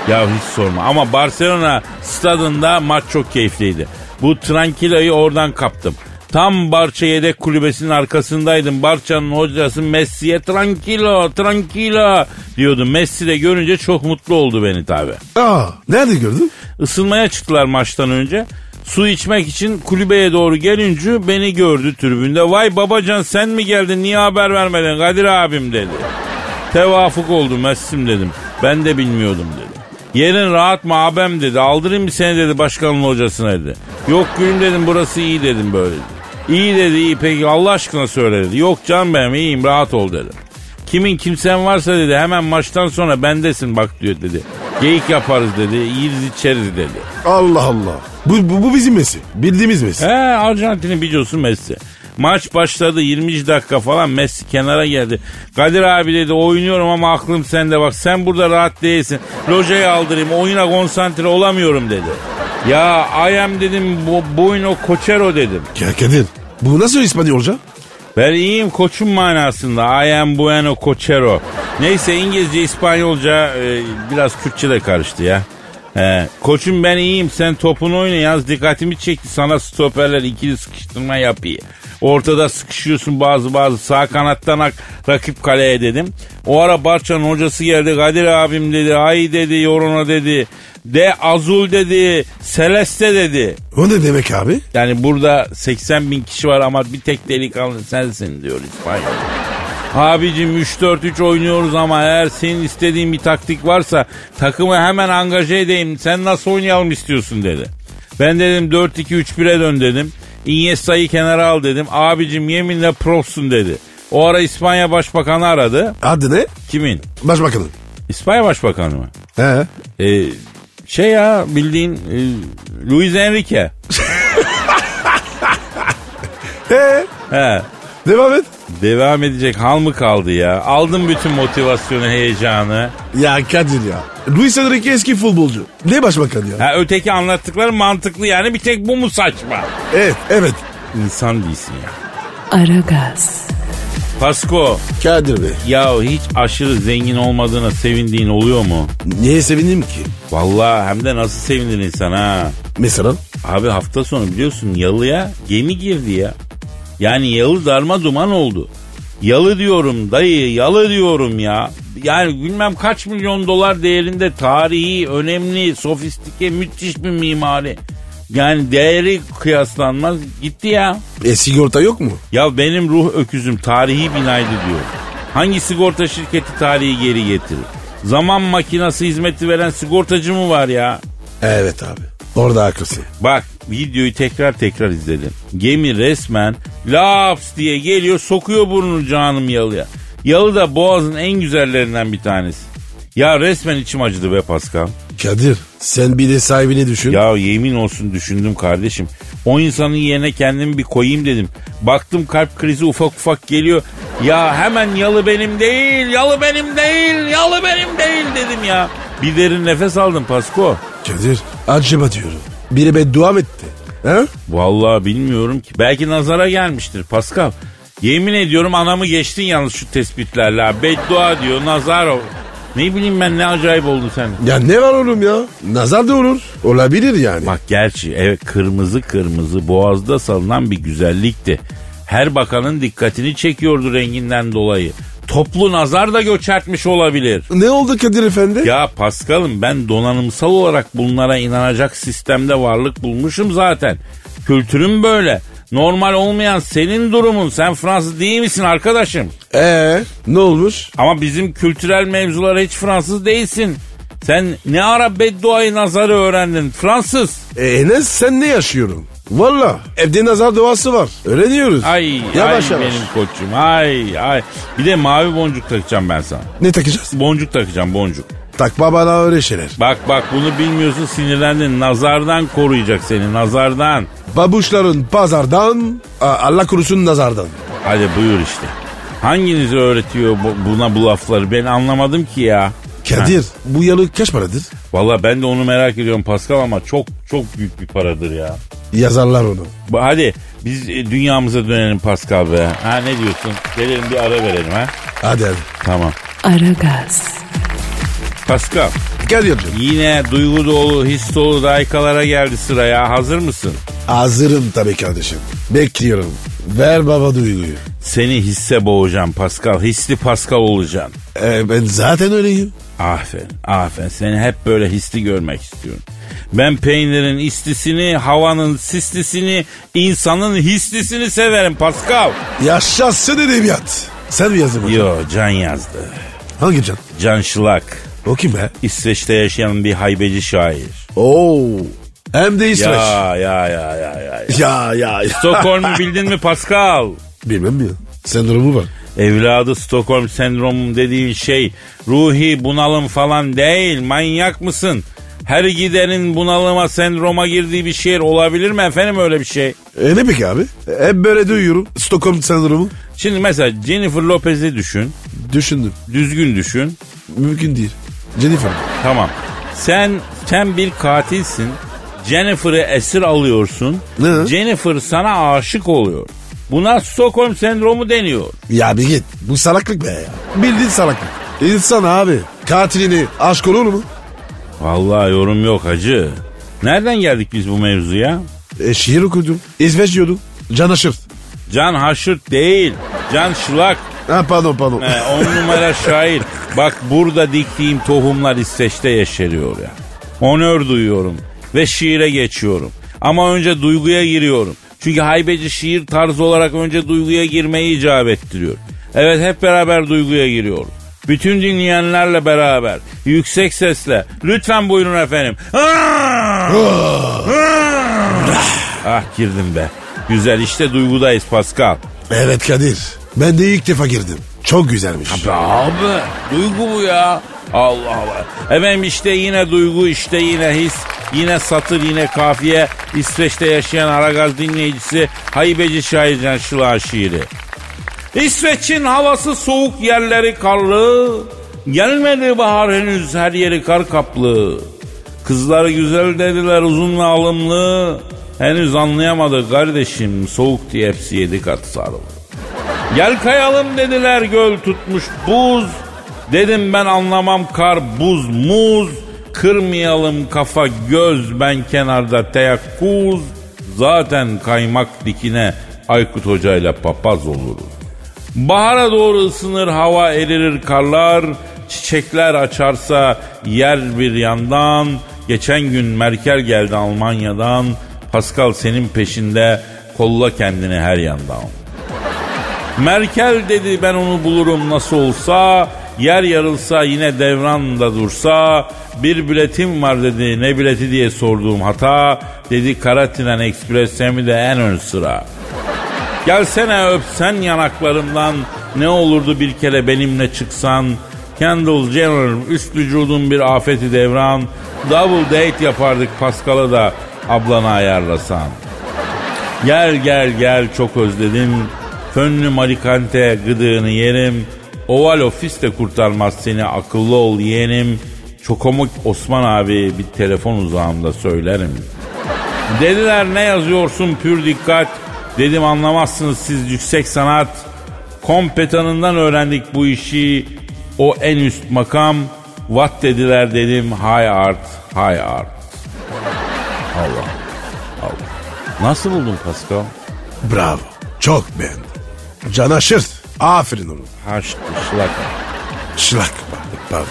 Ya hiç sorma ama Barcelona stadında maç çok keyifliydi. Bu Tranquilo'yu oradan kaptım. Tam Barça yedek kulübesinin arkasındaydım. Barça'nın hocası Messi'ye Tranquilo, Tranquilo diyordu. Messi de görünce çok mutlu oldu beni tabi.
Aa, nerede gördün?
Isınmaya çıktılar maçtan önce. Su içmek için kulübeye doğru gelince beni gördü tribünde. Vay babacan sen mi geldin niye haber vermedin Kadir abim dedi. Tevafuk oldu Messim dedim. Ben de bilmiyordum dedi. Yerin rahat mı abem dedi. Aldırayım mı seni dedi başkanın hocasına dedi. Yok gülüm dedim burası iyi dedim böyle. İyi dedi iyi peki Allah aşkına söyle dedi. Yok can benim iyiyim rahat ol dedi. Kimin kimsen varsa dedi hemen maçtan sonra bendesin bak diyor dedi. Geyik yaparız dedi, yeriz içeriz dedi.
Allah Allah. Bu, bu, bu bizim Messi. Bildiğimiz Messi.
He Arjantin'in videosu Messi. Maç başladı 20. dakika falan Messi kenara geldi. Kadir abi dedi oynuyorum ama aklım sende bak sen burada rahat değilsin. Lojayı aldırayım oyuna konsantre olamıyorum dedi. Ya I am dedim bo boyno koçero dedim.
Ya Kadir bu nasıl İspanyolca?
Ben iyiyim koçum manasında. I am bueno cochero. Neyse İngilizce, İspanyolca e, biraz Kürtçe de karıştı ya. He, koçum ben iyiyim sen topunu oyna yalnız dikkatimi çekti sana stoperler ikili sıkıştırma yapıyor. Ortada sıkışıyorsun bazı bazı sağ kanattan ak, rakip kaleye dedim. O ara Barça'nın hocası geldi Kadir abim dedi ay dedi Yorona dedi. De Azul dedi Celeste dedi.
O ne demek abi?
Yani burada 80 bin kişi var ama bir tek delikanlı sensin diyor İspanyol. Abicim 3-4-3 oynuyoruz ama eğer senin istediğin bir taktik varsa takımı hemen angaje edeyim. Sen nasıl oynayalım istiyorsun dedi. Ben dedim 4-2-3-1'e dön dedim. Iniesta'yı kenara al dedim. Abicim yeminle profsun dedi. O ara İspanya Başbakanı aradı.
Adı ne?
Kimin?
Başbakanın.
İspanya Başbakanı mı?
He.
Ee, şey ya bildiğin e, Luis Enrique.
He.
He.
Devam et.
Devam edecek hal mı kaldı ya? Aldım bütün motivasyonu, heyecanı.
Ya Kadir ya. Luis Enrique eski futbolcu. Ne başbakan ya?
Ha, öteki anlattıkları mantıklı yani bir tek bu mu saçma?
Evet. Evet.
İnsan değilsin ya.
Aragaz,
Pasko
Kadir Bey.
ya hiç aşırı zengin olmadığına sevindiğin oluyor mu?
Niye sevindim ki?
Vallahi hem de nasıl sevinir insan ha?
Mesela?
Abi hafta sonu biliyorsun yalıya gemi girdi ya. Yani yalı darma duman oldu. Yalı diyorum dayı yalı diyorum ya. Yani bilmem kaç milyon dolar değerinde tarihi, önemli, sofistike, müthiş bir mimari. Yani değeri kıyaslanmaz gitti ya.
E sigorta yok mu?
Ya benim ruh öküzüm tarihi binaydı diyor. Hangi sigorta şirketi tarihi geri getirir? Zaman makinası hizmeti veren sigortacı mı var ya?
Evet abi. Orada haklısın.
Bak videoyu tekrar tekrar izledim. Gemi resmen laps diye geliyor sokuyor burnunu canım yalıya. Yalı da boğazın en güzellerinden bir tanesi. Ya resmen içim acıdı be Pascal.
Kadir sen bir de sahibini düşün.
Ya yemin olsun düşündüm kardeşim. O insanın yerine kendimi bir koyayım dedim. Baktım kalp krizi ufak ufak geliyor. Ya hemen yalı benim değil, yalı benim değil, yalı benim değil dedim ya. Bir derin nefes aldım Pasko.
Kadir acaba diyorum. Biri beddua mı etti? He?
Vallahi bilmiyorum ki. Belki nazara gelmiştir Pascal. Yemin ediyorum anamı geçtin yalnız şu tespitlerle. ha. Beddua diyor, nazar. o- Ne bileyim ben ne acayip oldu sen.
Ya ne var oğlum ya? Nazar da olur. Olabilir yani.
Bak gerçi evet kırmızı kırmızı boğazda salınan bir güzellikti. Her bakanın dikkatini çekiyordu renginden dolayı. Toplu nazar da göçertmiş olabilir.
Ne oldu Kadir Efendi?
Ya Paskal'ım ben donanımsal olarak bunlara inanacak sistemde varlık bulmuşum zaten. Kültürüm böyle. Normal olmayan senin durumun. Sen Fransız değil misin arkadaşım?
Ee, ne olmuş?
Ama bizim kültürel mevzulara hiç Fransız değilsin. Sen ne ara bedduayı nazarı öğrendin Fransız?
E, Enes sen ne yaşıyorum? Valla evde nazar duası var. Öyle diyoruz.
Ay
yavaş
ay
yavaş.
benim koçum ay ay. Bir de mavi boncuk takacağım ben sana.
Ne takacağız?
Boncuk takacağım boncuk.
Takma bana öyle şeyler.
Bak bak bunu bilmiyorsun sinirlendin. Nazardan koruyacak seni nazardan.
Babuşların pazardan, a- Allah kurusun nazardan.
Hadi buyur işte. Hanginiz öğretiyor bu- buna bu lafları ben anlamadım ki ya.
Kadir bu yalık kaç paradır?
Valla ben de onu merak ediyorum Pascal ama çok çok büyük bir paradır ya.
Yazarlar onu.
Bu- Hadi biz e, dünyamıza dönelim Pascal be. Ha ne diyorsun? Gelelim bir ara verelim ha.
Hadi hadi.
Tamam.
Aragaz,
Pascal
Kadir'cim
yine duygu dolu, his dolu daykalara geldi sıra ya. Hazır mısın?
hazırım tabii kardeşim. Bekliyorum. Ver baba duyguyu.
Seni hisse boğacağım Pascal. Hisli Pascal olacaksın.
E, ben zaten öyleyim.
Aferin, aferin. Seni hep böyle hisli görmek istiyorum. Ben peynirin istisini, havanın sislisini, insanın hislisini severim Pascal.
Yaşasın edebiyat. Sen mi yazdın bunu?
Yo, Can yazdı.
Hangi can?
Can Şılak.
O kim be?
İsveç'te yaşayan bir haybeci şair.
Oo. Hem de İsveç. Ya
Ya ya ya ya ya. ya.
ya ya.
Stockholm'u bildin mi Pascal?
[laughs] Bilmem ya. Sendromu var.
Evladı Stockholm sendromu dediğin şey ruhi bunalım falan değil manyak mısın? Her giderin bunalıma sendroma girdiği bir şehir olabilir mi efendim öyle bir şey?
E ne peki abi? Hep böyle duyuyorum. Stockholm sendromu.
Şimdi mesela Jennifer Lopez'i düşün.
Düşündüm.
Düzgün düşün.
Mümkün değil. Jennifer.
Tamam. Sen sen bir katilsin. Jennifer'ı esir alıyorsun.
Ne?
Jennifer sana aşık oluyor. Buna Stockholm sendromu deniyor.
Ya bir git. Bu salaklık be ya. Bildiğin salaklık. İnsan abi. Katilini aşk olur mu?
Vallahi yorum yok hacı. Nereden geldik biz bu mevzuya?
E, şiir okudum. İsveç diyordum. Can aşır.
Can Haşırt değil. Can Şılak.
Ha pardon pardon.
He, on numara şair. Bak burada diktiğim tohumlar İsveç'te yeşeriyor ya. Onör duyuyorum ve şiire geçiyorum. Ama önce duyguya giriyorum. Çünkü haybeci şiir tarzı olarak önce duyguya girmeyi icap ettiriyor. Evet hep beraber duyguya giriyoruz. Bütün dinleyenlerle beraber yüksek sesle lütfen buyurun efendim. Ah! ah girdim be. Güzel işte duygudayız Pascal.
Evet Kadir. Ben de ilk defa girdim. Çok güzelmiş.
Be abi duygu bu ya. Allah Allah. Efendim işte yine duygu işte yine his yine satır yine kafiye İsveç'te yaşayan Aragaz dinleyicisi Haybeci şair Can Şıla şiiri. İsveç'in havası soğuk yerleri karlı. Gelmedi bahar henüz her yeri kar kaplı. Kızları güzel dediler uzun ve alımlı. Henüz anlayamadı kardeşim soğuk diye hepsi yedi kat sarılı. Gel kayalım dediler göl tutmuş buz. Dedim ben anlamam kar buz muz. Kırmayalım kafa göz ben kenarda teyakkuz. Zaten kaymak dikine Aykut Hoca ile papaz oluruz. Bahara doğru ısınır hava eririr karlar. Çiçekler açarsa yer bir yandan. Geçen gün Merkel geldi Almanya'dan. Pascal senin peşinde kolla kendini her yandan. Merkel dedi ben onu bulurum nasıl olsa. Yer yarılsa yine devran da dursa. Bir biletim var dedi ne bileti diye sorduğum hata. Dedi Karatilen Ekspres hem de en ön sıra. Gelsene öpsen yanaklarımdan ne olurdu bir kere benimle çıksan. Kendall Jenner üst vücudun bir afeti devran. Double date yapardık Pascal'a da ablanı ayarlasan. Gel gel gel çok özledim. Fönlü Marikante gıdığını yerim. Oval ofis de kurtarmaz seni akıllı ol yeğenim. Çokomuk Osman abi bir telefon uzağımda söylerim. Dediler ne yazıyorsun pür dikkat. Dedim anlamazsınız siz yüksek sanat. Kompetanından öğrendik bu işi. O en üst makam. What dediler dedim high art, high art. [laughs] Allah, Allah. Nasıl buldun Pascal?
Bravo. Çok beğendim. Can aşır. Aferin oğlum.
Haşt, şlak.
Şılak. Pardon.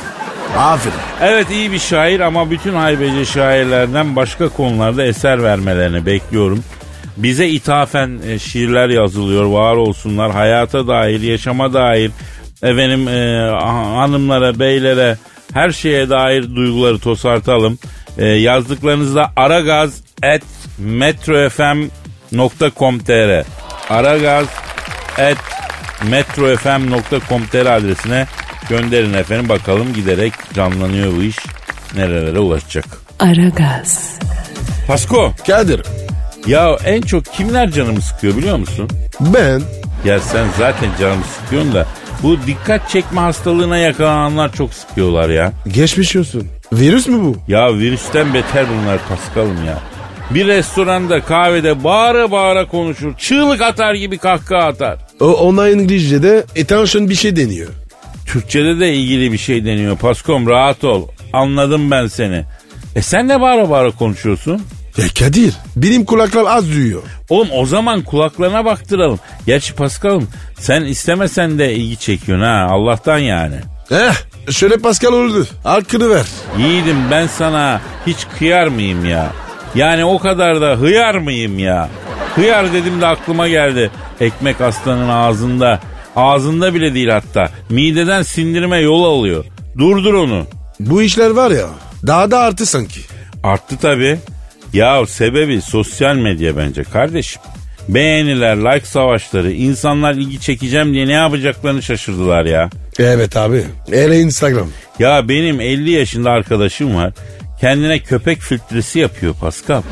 Aferin.
Evet iyi bir şair ama bütün haybeci şairlerden başka konularda eser vermelerini bekliyorum. Bize ithafen e, şiirler yazılıyor. Var olsunlar hayata dair, yaşama dair. Efendim e, ha- ah, hanımlara, beylere her şeye dair duyguları tosartalım. E, yazdıklarınızda aragaz.metrofm.com.tr aragaz.metrofm.com.tr adresine gönderin efendim. Bakalım giderek canlanıyor bu iş. Nerelere ulaşacak.
Aragaz,
Pasko
Kadir
ya en çok kimler canımı sıkıyor biliyor musun?
ben
Ya sen zaten canımı sıkıyorsun da bu dikkat çekme hastalığına yakalananlar çok sıkıyorlar ya.
geçmiş olsun. Virüs mü bu?
Ya virüsten beter bunlar Paskal'ım ya. Bir restoranda kahvede bağıra bağıra konuşur. Çığlık atar gibi kahkaha atar.
O, ona İngilizce'de attention bir şey deniyor.
Türkçede de ilgili bir şey deniyor. Paskom rahat ol. Anladım ben seni. E sen ne bağıra bağıra konuşuyorsun?
Ya Kadir benim kulaklar az duyuyor.
Oğlum o zaman kulaklarına baktıralım. Gerçi Paskal'ım sen istemesen de ilgi çekiyorsun ha. Allah'tan yani.
Heh Eh, şöyle Pascal olurdu. Hakkını ver.
Yiğidim ben sana hiç kıyar mıyım ya? Yani o kadar da hıyar mıyım ya? Hıyar dedim de aklıma geldi. Ekmek aslanın ağzında. Ağzında bile değil hatta. Mideden sindirme yol alıyor. Durdur onu.
Bu işler var ya daha da arttı sanki.
Arttı tabii. Ya sebebi sosyal medya bence kardeşim. Beğeniler, like savaşları, insanlar ilgi çekeceğim diye ne yapacaklarını şaşırdılar ya.
Evet abi. Hele Instagram.
Ya benim 50 yaşında arkadaşım var. Kendine köpek filtresi yapıyor Pascal.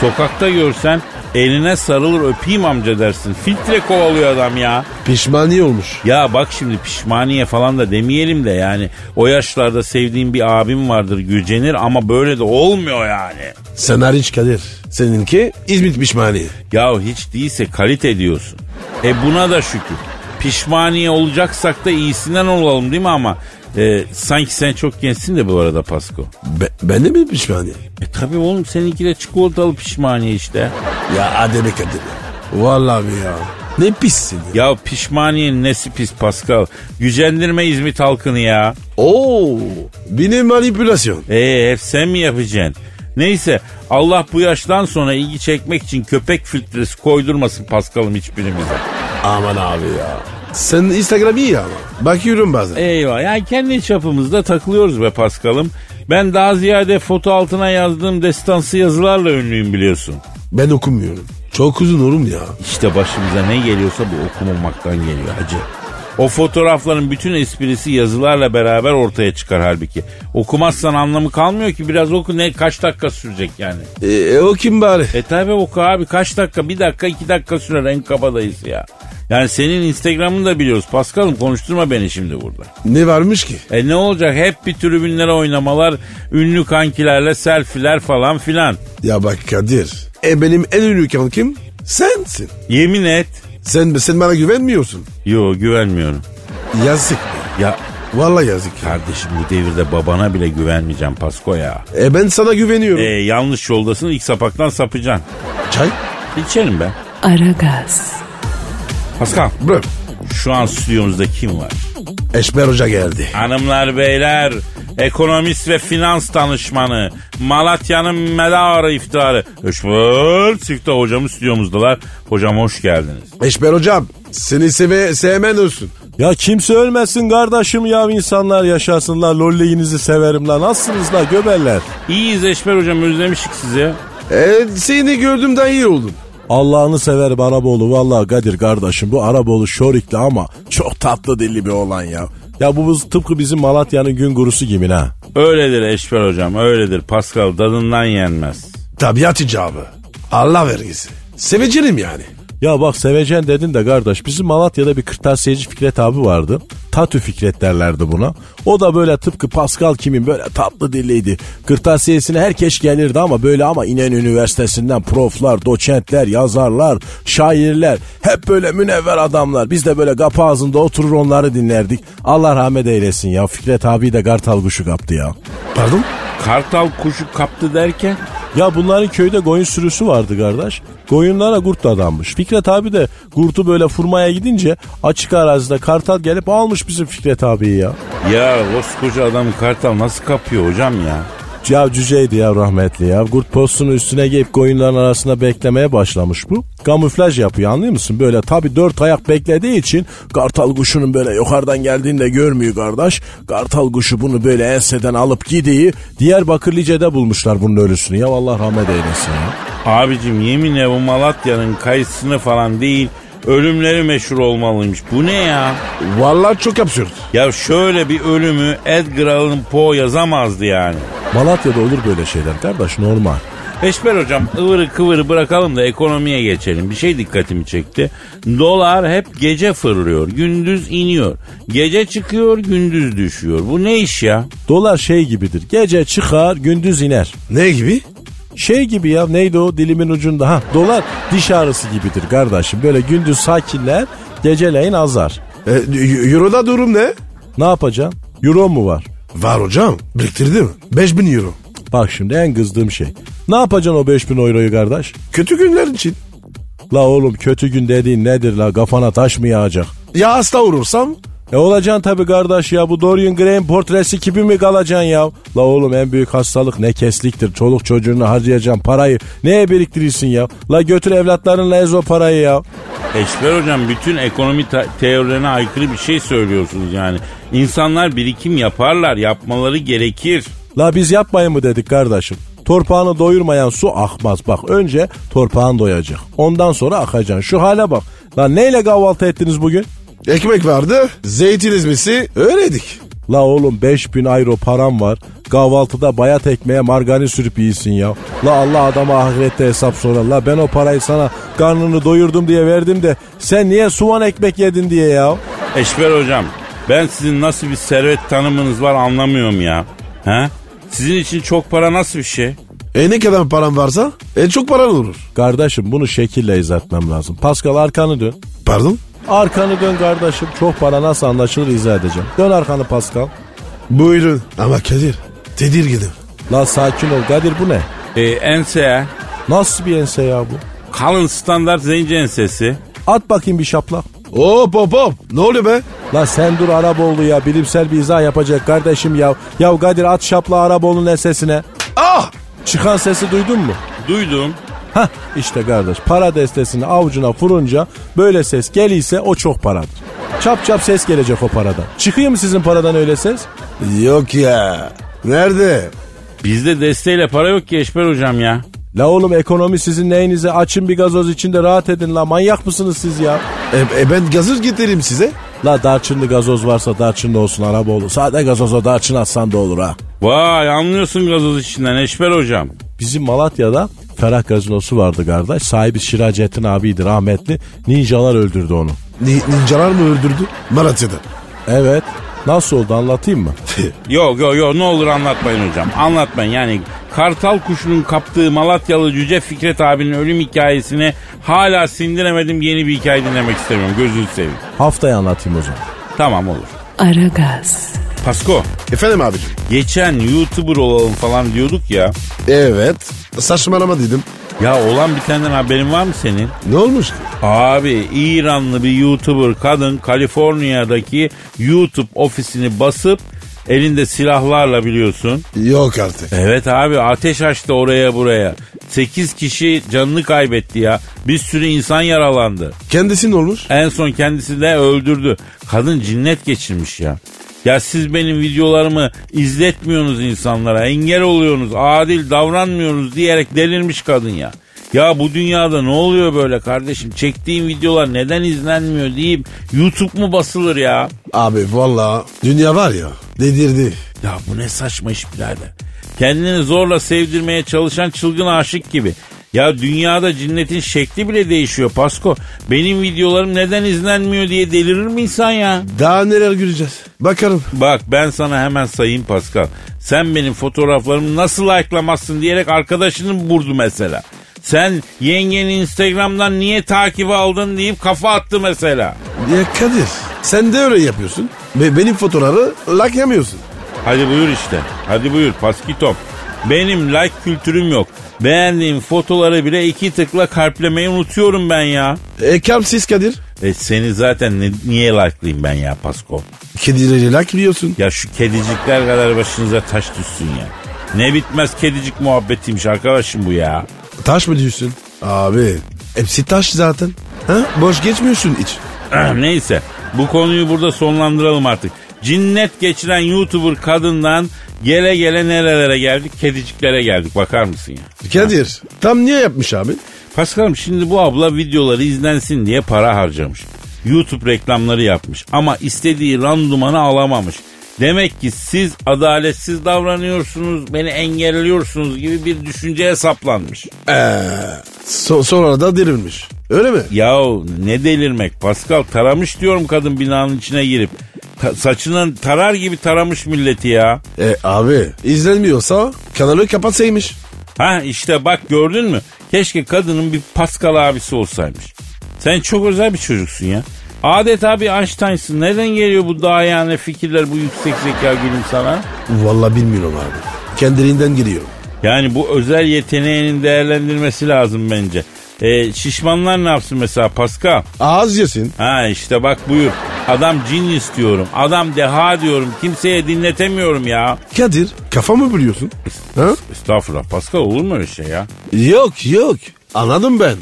Sokakta görsen eline sarılır öpeyim amca dersin. Filtre kovalıyor adam ya.
Pişmaniye olmuş.
Ya bak şimdi pişmaniye falan da demeyelim de yani. O yaşlarda sevdiğim bir abim vardır gücenir ama böyle de olmuyor yani.
Sen hariç Kadir. Seninki İzmit pişmaniye.
Ya hiç değilse kalite diyorsun. E buna da şükür. Pişmaniye olacaksak da iyisinden olalım değil mi ama? e, sanki sen çok gençsin de bu arada Pasko.
Be, ben de mi pişmaniye?
E tabi oğlum seninki de çikolatalı pişmaniye işte.
Ya hadi be Kadir. Vallahi abi ya. Ne pissin ya.
Ya pişmaniyenin nesi pis Pascal. Gücendirme İzmit halkını ya.
Oo, benim manipülasyon.
Eee hep sen mi yapacaksın? Neyse Allah bu yaştan sonra ilgi çekmek için köpek filtresi koydurmasın Pascal'ım hiçbirimize.
Aman abi ya. Sen Instagram iyi ama. Bakıyorum bazen.
Eyvah yani kendi çapımızda takılıyoruz be Pascal'ım. Ben daha ziyade foto altına yazdığım destansı yazılarla ünlüyüm biliyorsun.
Ben okumuyorum. Çok uzun oğlum ya.
İşte başımıza ne geliyorsa bu okumamaktan geliyor hacı. O fotoğrafların bütün esprisi yazılarla beraber ortaya çıkar halbuki. Okumazsan anlamı kalmıyor ki biraz oku ne kaç dakika sürecek yani.
E, e, o kim bari?
E tabi oku abi kaç dakika bir dakika iki dakika sürer en kabadayız ya. Yani senin Instagram'ını da biliyoruz Paskal'ım konuşturma beni şimdi burada.
Ne varmış ki?
E ne olacak hep bir tribünlere oynamalar, ünlü kankilerle selfiler falan filan.
Ya bak Kadir. E benim en ünlü kankim sensin.
Yemin et.
Sen, sen bana güvenmiyorsun.
Yo güvenmiyorum.
Yazık.
Ya
Vallahi yazık.
Kardeşim bu devirde babana bile güvenmeyeceğim Pasko ya.
E ben sana güveniyorum.
Ee, yanlış yoldasın ilk sapaktan sapacaksın.
Çay?
İçelim be.
Aragaz,
Pascal
Bro.
şu an stüdyomuzda kim var?
Eşber Hoca geldi.
Hanımlar beyler ekonomist ve finans danışmanı Malatya'nın medarı iftiharı Öşbör Siftah hocamız stüdyomuzdalar. Hocam hoş geldiniz.
Eşber Hocam seni seve, sevmen olsun.
Ya kimse ölmesin kardeşim ya insanlar yaşasınlar lolleyinizi severim lan nasılsınız la göberler.
İyiyiz Eşber hocam özlemişik sizi.
E, seni gördüm daha iyi oldum.
Allah'ını severim Araboğlu vallahi Kadir kardeşim bu Araboğlu şorikli ama çok tatlı dilli bir olan ya. Ya bu biz- tıpkı bizim Malatya'nın gün gurusu gibi ha.
Öyledir Eşber hocam öyledir Pascal tadından yenmez.
Tabiat icabı. Allah vergisi. Seveceğim yani.
Ya bak sevecen dedin de kardeş bizim Malatya'da bir kırtasiyeci Fikret abi vardı. Tatü Fikret derlerdi buna. O da böyle tıpkı Pascal kimin böyle tatlı dilliydi. Kırtasiyesine herkes gelirdi ama böyle ama İnen Üniversitesi'nden proflar, doçentler, yazarlar, şairler. Hep böyle münevver adamlar. Biz de böyle kapı ağzında oturur onları dinlerdik. Allah rahmet eylesin ya. Fikret abi de kartal kuşu kaptı ya.
Pardon?
Kartal kuşu kaptı derken
Ya bunların köyde koyun sürüsü vardı kardeş. Koyunlara kurt adanmış. Fikret abi de kurtu böyle furmaya gidince açık arazide kartal gelip almış bizim Fikret abiyi ya.
Ya koskoca adamı kartal nasıl kapıyor hocam ya?
Ya cüceydi ya rahmetli ya. Kurt postunu üstüne giyip koyunların arasında beklemeye başlamış bu. Kamuflaj yapıyor anlıyor musun? Böyle tabi dört ayak beklediği için kartal kuşunun böyle yukarıdan geldiğini de görmüyor kardeş. Kartal kuşu bunu böyle enseden alıp gidiyi Diyarbakır Lice'de bulmuşlar bunun ölüsünü. Ya Allah rahmet eylesin ya.
Abicim yeminle bu Malatya'nın kayısını falan değil ölümleri meşhur olmalıymış. Bu ne ya?
Vallahi çok absürt.
Ya şöyle bir ölümü Edgar Allan Poe yazamazdı yani.
Malatya'da olur böyle şeyler kardeş normal.
Eşber hocam ıvırı kıvırı bırakalım da ekonomiye geçelim. Bir şey dikkatimi çekti. Dolar hep gece fırlıyor, gündüz iniyor. Gece çıkıyor, gündüz düşüyor. Bu ne iş ya?
Dolar şey gibidir. Gece çıkar gündüz iner.
Ne gibi?
Şey gibi ya neydi o dilimin ucunda ha dolar diş ağrısı gibidir kardeşim. Böyle gündüz sakinler geceleyin azar.
E, y- Euro'da durum ne?
Ne yapacaksın? Euro mu var?
Var hocam. Biriktirdim. 5000 euro.
Bak şimdi en kızdığım şey. Ne yapacaksın o 5000 euroyu kardeş?
Kötü günler için.
La oğlum kötü gün dediğin nedir la kafana taş mı yağacak?
Ya hasta olursam?
E olacaksın tabii kardeş ya bu Dorian Gray'in portresi gibi mi kalacaksın ya? La oğlum en büyük hastalık ne kesliktir. Çoluk çocuğunu harcayacaksın parayı. Neye biriktirirsin ya? La götür evlatlarınla ez o parayı ya.
Eşber hocam bütün ekonomi ta- teorilerine aykırı bir şey söylüyorsunuz yani. İnsanlar birikim yaparlar, yapmaları gerekir.
La biz yapmayın mı dedik kardeşim? Torpağını doyurmayan su akmaz. Bak önce torpağın doyacak. Ondan sonra akacaksın. Şu hale bak. La neyle kahvaltı ettiniz bugün?
Ekmek vardı. Zeytin ezmesi. Öyledik.
La oğlum 5000 euro param var. Kahvaltıda bayat ekmeğe margarin sürüp yiyorsun ya. La Allah adama ahirette hesap sorar. La ben o parayı sana karnını doyurdum diye verdim de sen niye suvan ekmek yedin diye ya.
Eşber hocam ben sizin nasıl bir servet tanımınız var anlamıyorum ya. He? Sizin için çok para nasıl bir şey?
E ne kadar param varsa? E çok paran olur.
Kardeşim bunu şekille izah etmem lazım. Pascal arkanı dön.
Pardon?
Arkanı dön kardeşim. Çok para nasıl anlaşılır izah edeceğim. Dön arkanı Pascal.
Buyurun. Ama Kadir. Tedirginim.
La sakin ol Kadir bu ne?
E, ense,
Nasıl bir ense ya bu?
kalın standart zenci ensesi.
At bakayım bir şaplak.
Hop hop hop. Ne oluyor be?
La sen dur Araboğlu ya bilimsel bir izah yapacak kardeşim ya. Ya Kadir at şapla Araboğlu'nun ensesine.
Ah!
Çıkan sesi duydun mu?
Duydum.
Hah işte kardeş para destesini avucuna furunca böyle ses geliyse o çok paradır. Çap çap ses gelecek o paradan. Çıkıyor mu sizin paradan öyle ses?
Yok ya. Nerede?
Bizde desteyle para yok ki Eşber hocam ya.
La oğlum ekonomi sizin neyinize açın bir gazoz içinde rahat edin la manyak mısınız siz ya?
E, e ben gazoz getireyim size.
La darçınlı gazoz varsa darçınlı olsun Araboğlu. Sade gazoza darçın atsan da olur ha.
Vay anlıyorsun gazoz içinden Eşber hocam.
Bizim Malatya'da Ferah Gazinosu vardı kardeş. Sahibi Şiracettin abiydi rahmetli. Ninjalar öldürdü onu.
Ni, ninjalar mı öldürdü? Malatya'da.
Evet. Nasıl oldu anlatayım mı?
Yok yok yok ne olur anlatmayın hocam. Anlatmayın yani kartal kuşunun kaptığı Malatyalı Cüce Fikret abinin ölüm hikayesini hala sindiremedim yeni bir hikaye dinlemek istemiyorum gözünü seveyim.
Haftaya anlatayım o zaman.
Tamam olur.
Aragaz,
Pasko
Efendim abicim.
geçen YouTuber olalım falan diyorduk ya.
Evet. Saçmalama dedim.
Ya olan bitenden haberin var mı senin?
Ne olmuş ki?
Abi İranlı bir YouTuber kadın Kaliforniya'daki YouTube ofisini basıp elinde silahlarla biliyorsun.
Yok artık.
Evet abi ateş açtı oraya buraya. 8 kişi canını kaybetti ya. Bir sürü insan yaralandı.
Kendisi ne olmuş?
En son kendisi de öldürdü. Kadın cinnet geçirmiş ya. Ya siz benim videolarımı izletmiyorsunuz insanlara. Engel oluyorsunuz. Adil davranmıyorsunuz diyerek delirmiş kadın ya. Ya bu dünyada ne oluyor böyle kardeşim? Çektiğim videolar neden izlenmiyor deyip YouTube mu basılır ya?
Abi valla dünya var ya dedirdi.
Ya bu ne saçma iş birader. Kendini zorla sevdirmeye çalışan çılgın aşık gibi. Ya dünyada cinnetin şekli bile değişiyor Pasko. Benim videolarım neden izlenmiyor diye delirir mi insan ya?
Daha neler göreceğiz? Bakarım.
Bak ben sana hemen sayayım Pascal. Sen benim fotoğraflarımı nasıl like'lamazsın diyerek arkadaşını vurdu mesela. Sen yengeni Instagram'dan niye takibi aldın deyip kafa attı mesela.
Ya Kadir sen de öyle yapıyorsun. Ve benim fotoğrafı lak yemiyorsun.
Hadi buyur işte. Hadi buyur Paskito. Benim like kültürüm yok. Beğendiğim fotoları bile iki tıkla kalplemeyi unutuyorum ben ya.
E kalpsiz Kadir.
E seni zaten ne- niye like'layayım ben ya Pasko?
Kedileri lak biliyorsun.
Ya şu kedicikler kadar başınıza taş düşsün ya. Ne bitmez kedicik muhabbetiymiş arkadaşım bu ya.
Taş mı diyorsun? Abi hepsi taş zaten. Ha? Boş geçmiyorsun hiç.
Ah, Neyse bu konuyu burada sonlandıralım artık. Cinnet geçiren YouTuber kadından gele gele nerelere geldik? Kediciklere geldik bakar mısın ya?
Kadir tam niye yapmış abi?
Paskal'ım şimdi bu abla videoları izlensin diye para harcamış. YouTube reklamları yapmış ama istediği randumanı alamamış. Demek ki siz adaletsiz davranıyorsunuz, beni engelliyorsunuz gibi bir düşünceye saplanmış.
So- sonra da dirilmiş. Öyle mi?
Yahu ne delirmek Pascal taramış diyorum kadın binanın içine girip. Ta- saçını tarar gibi taramış milleti ya.
E abi izlenmiyorsa kanalı kapatsaymış.
Ha işte bak gördün mü? Keşke kadının bir Pascal abisi olsaymış. Sen çok özel bir çocuksun ya. Adeta bir Einstein'sın. Neden geliyor bu dayane fikirler, bu yüksek zeka gülüm sana?
Vallahi bilmiyorum abi. Kendiliğinden giriyorum.
Yani bu özel yeteneğinin değerlendirmesi lazım bence. E, şişmanlar ne yapsın mesela Pascal?
Ağız yesin.
Ha işte bak buyur. Adam genius diyorum. Adam deha diyorum. Kimseye dinletemiyorum ya.
Kadir kafa mı buluyorsun? Ha?
Estağfurullah Pascal olur mu öyle şey ya?
Yok yok anladım ben.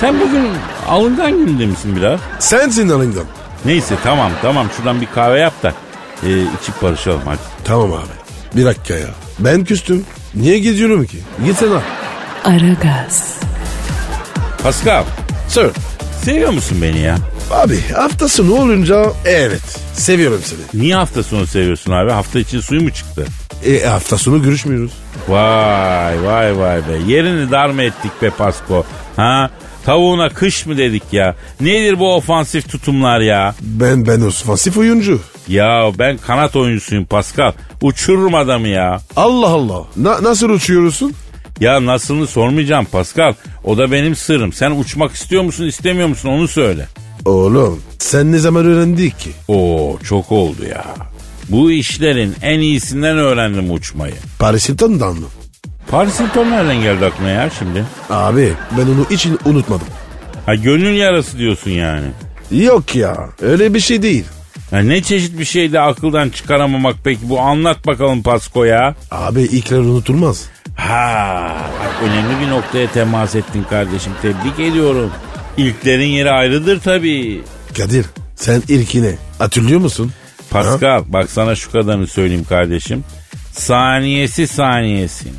Sen bugün alıngan günde misin biraz?
Sensin alıngan.
Neyse tamam tamam şuradan bir kahve yap da e, içip barışalım hadi.
Tamam abi bir dakika ya. Ben küstüm. Niye gidiyorum ki? Gitsene.
Aragaz.
Pascal
Sir.
seviyor musun beni ya?
Abi hafta sonu olunca evet seviyorum seni.
Niye hafta sonu seviyorsun abi? Hafta için suyu mu çıktı?
E hafta sonu görüşmüyoruz.
Vay vay vay be. Yerini dar mı ettik be Pasko? Ha? Tavuğuna kış mı dedik ya? Nedir bu ofansif tutumlar ya?
Ben ben ofansif oyuncu.
Ya ben kanat oyuncusuyum Pascal. Uçururum adamı ya.
Allah Allah. Na- nasıl uçuyorsun?
Ya nasılını sormayacağım Pascal. O da benim sırrım. Sen uçmak istiyor musun istemiyor musun onu söyle.
Oğlum sen ne zaman öğrendik ki?
Oo çok oldu ya. Bu işlerin en iyisinden öğrendim uçmayı.
Paris Hilton'dan mı?
Paris Hilton nereden geldi aklına ya şimdi?
Abi ben onu hiç unutmadım.
Ha gönül yarası diyorsun yani.
Yok ya öyle bir şey değil.
Ya ne çeşit bir şey de akıldan çıkaramamak peki bu anlat bakalım Pasko ya.
Abi ilkler unutulmaz.
Ha bak önemli bir noktaya temas ettin kardeşim tebrik ediyorum. İlklerin yeri ayrıdır tabii.
Kadir sen ilkini hatırlıyor musun?
Pascal bak sana şu kadarını söyleyeyim kardeşim. Saniyesi saniyesini.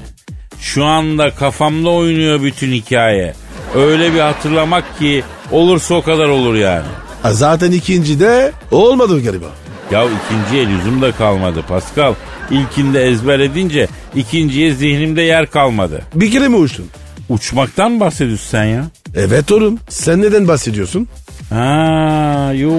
Şu anda kafamda oynuyor bütün hikaye. Öyle bir hatırlamak ki olursa o kadar olur yani.
Ha, zaten ikinci de olmadı galiba.
Ya ikinciye lüzum da kalmadı Pascal. İlkinde ezber edince ikinciye zihnimde yer kalmadı.
Bir kere mi uçtun?
Uçmaktan mı bahsediyorsun sen ya?
Evet oğlum sen neden bahsediyorsun?
Ha, yo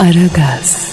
Aragaz.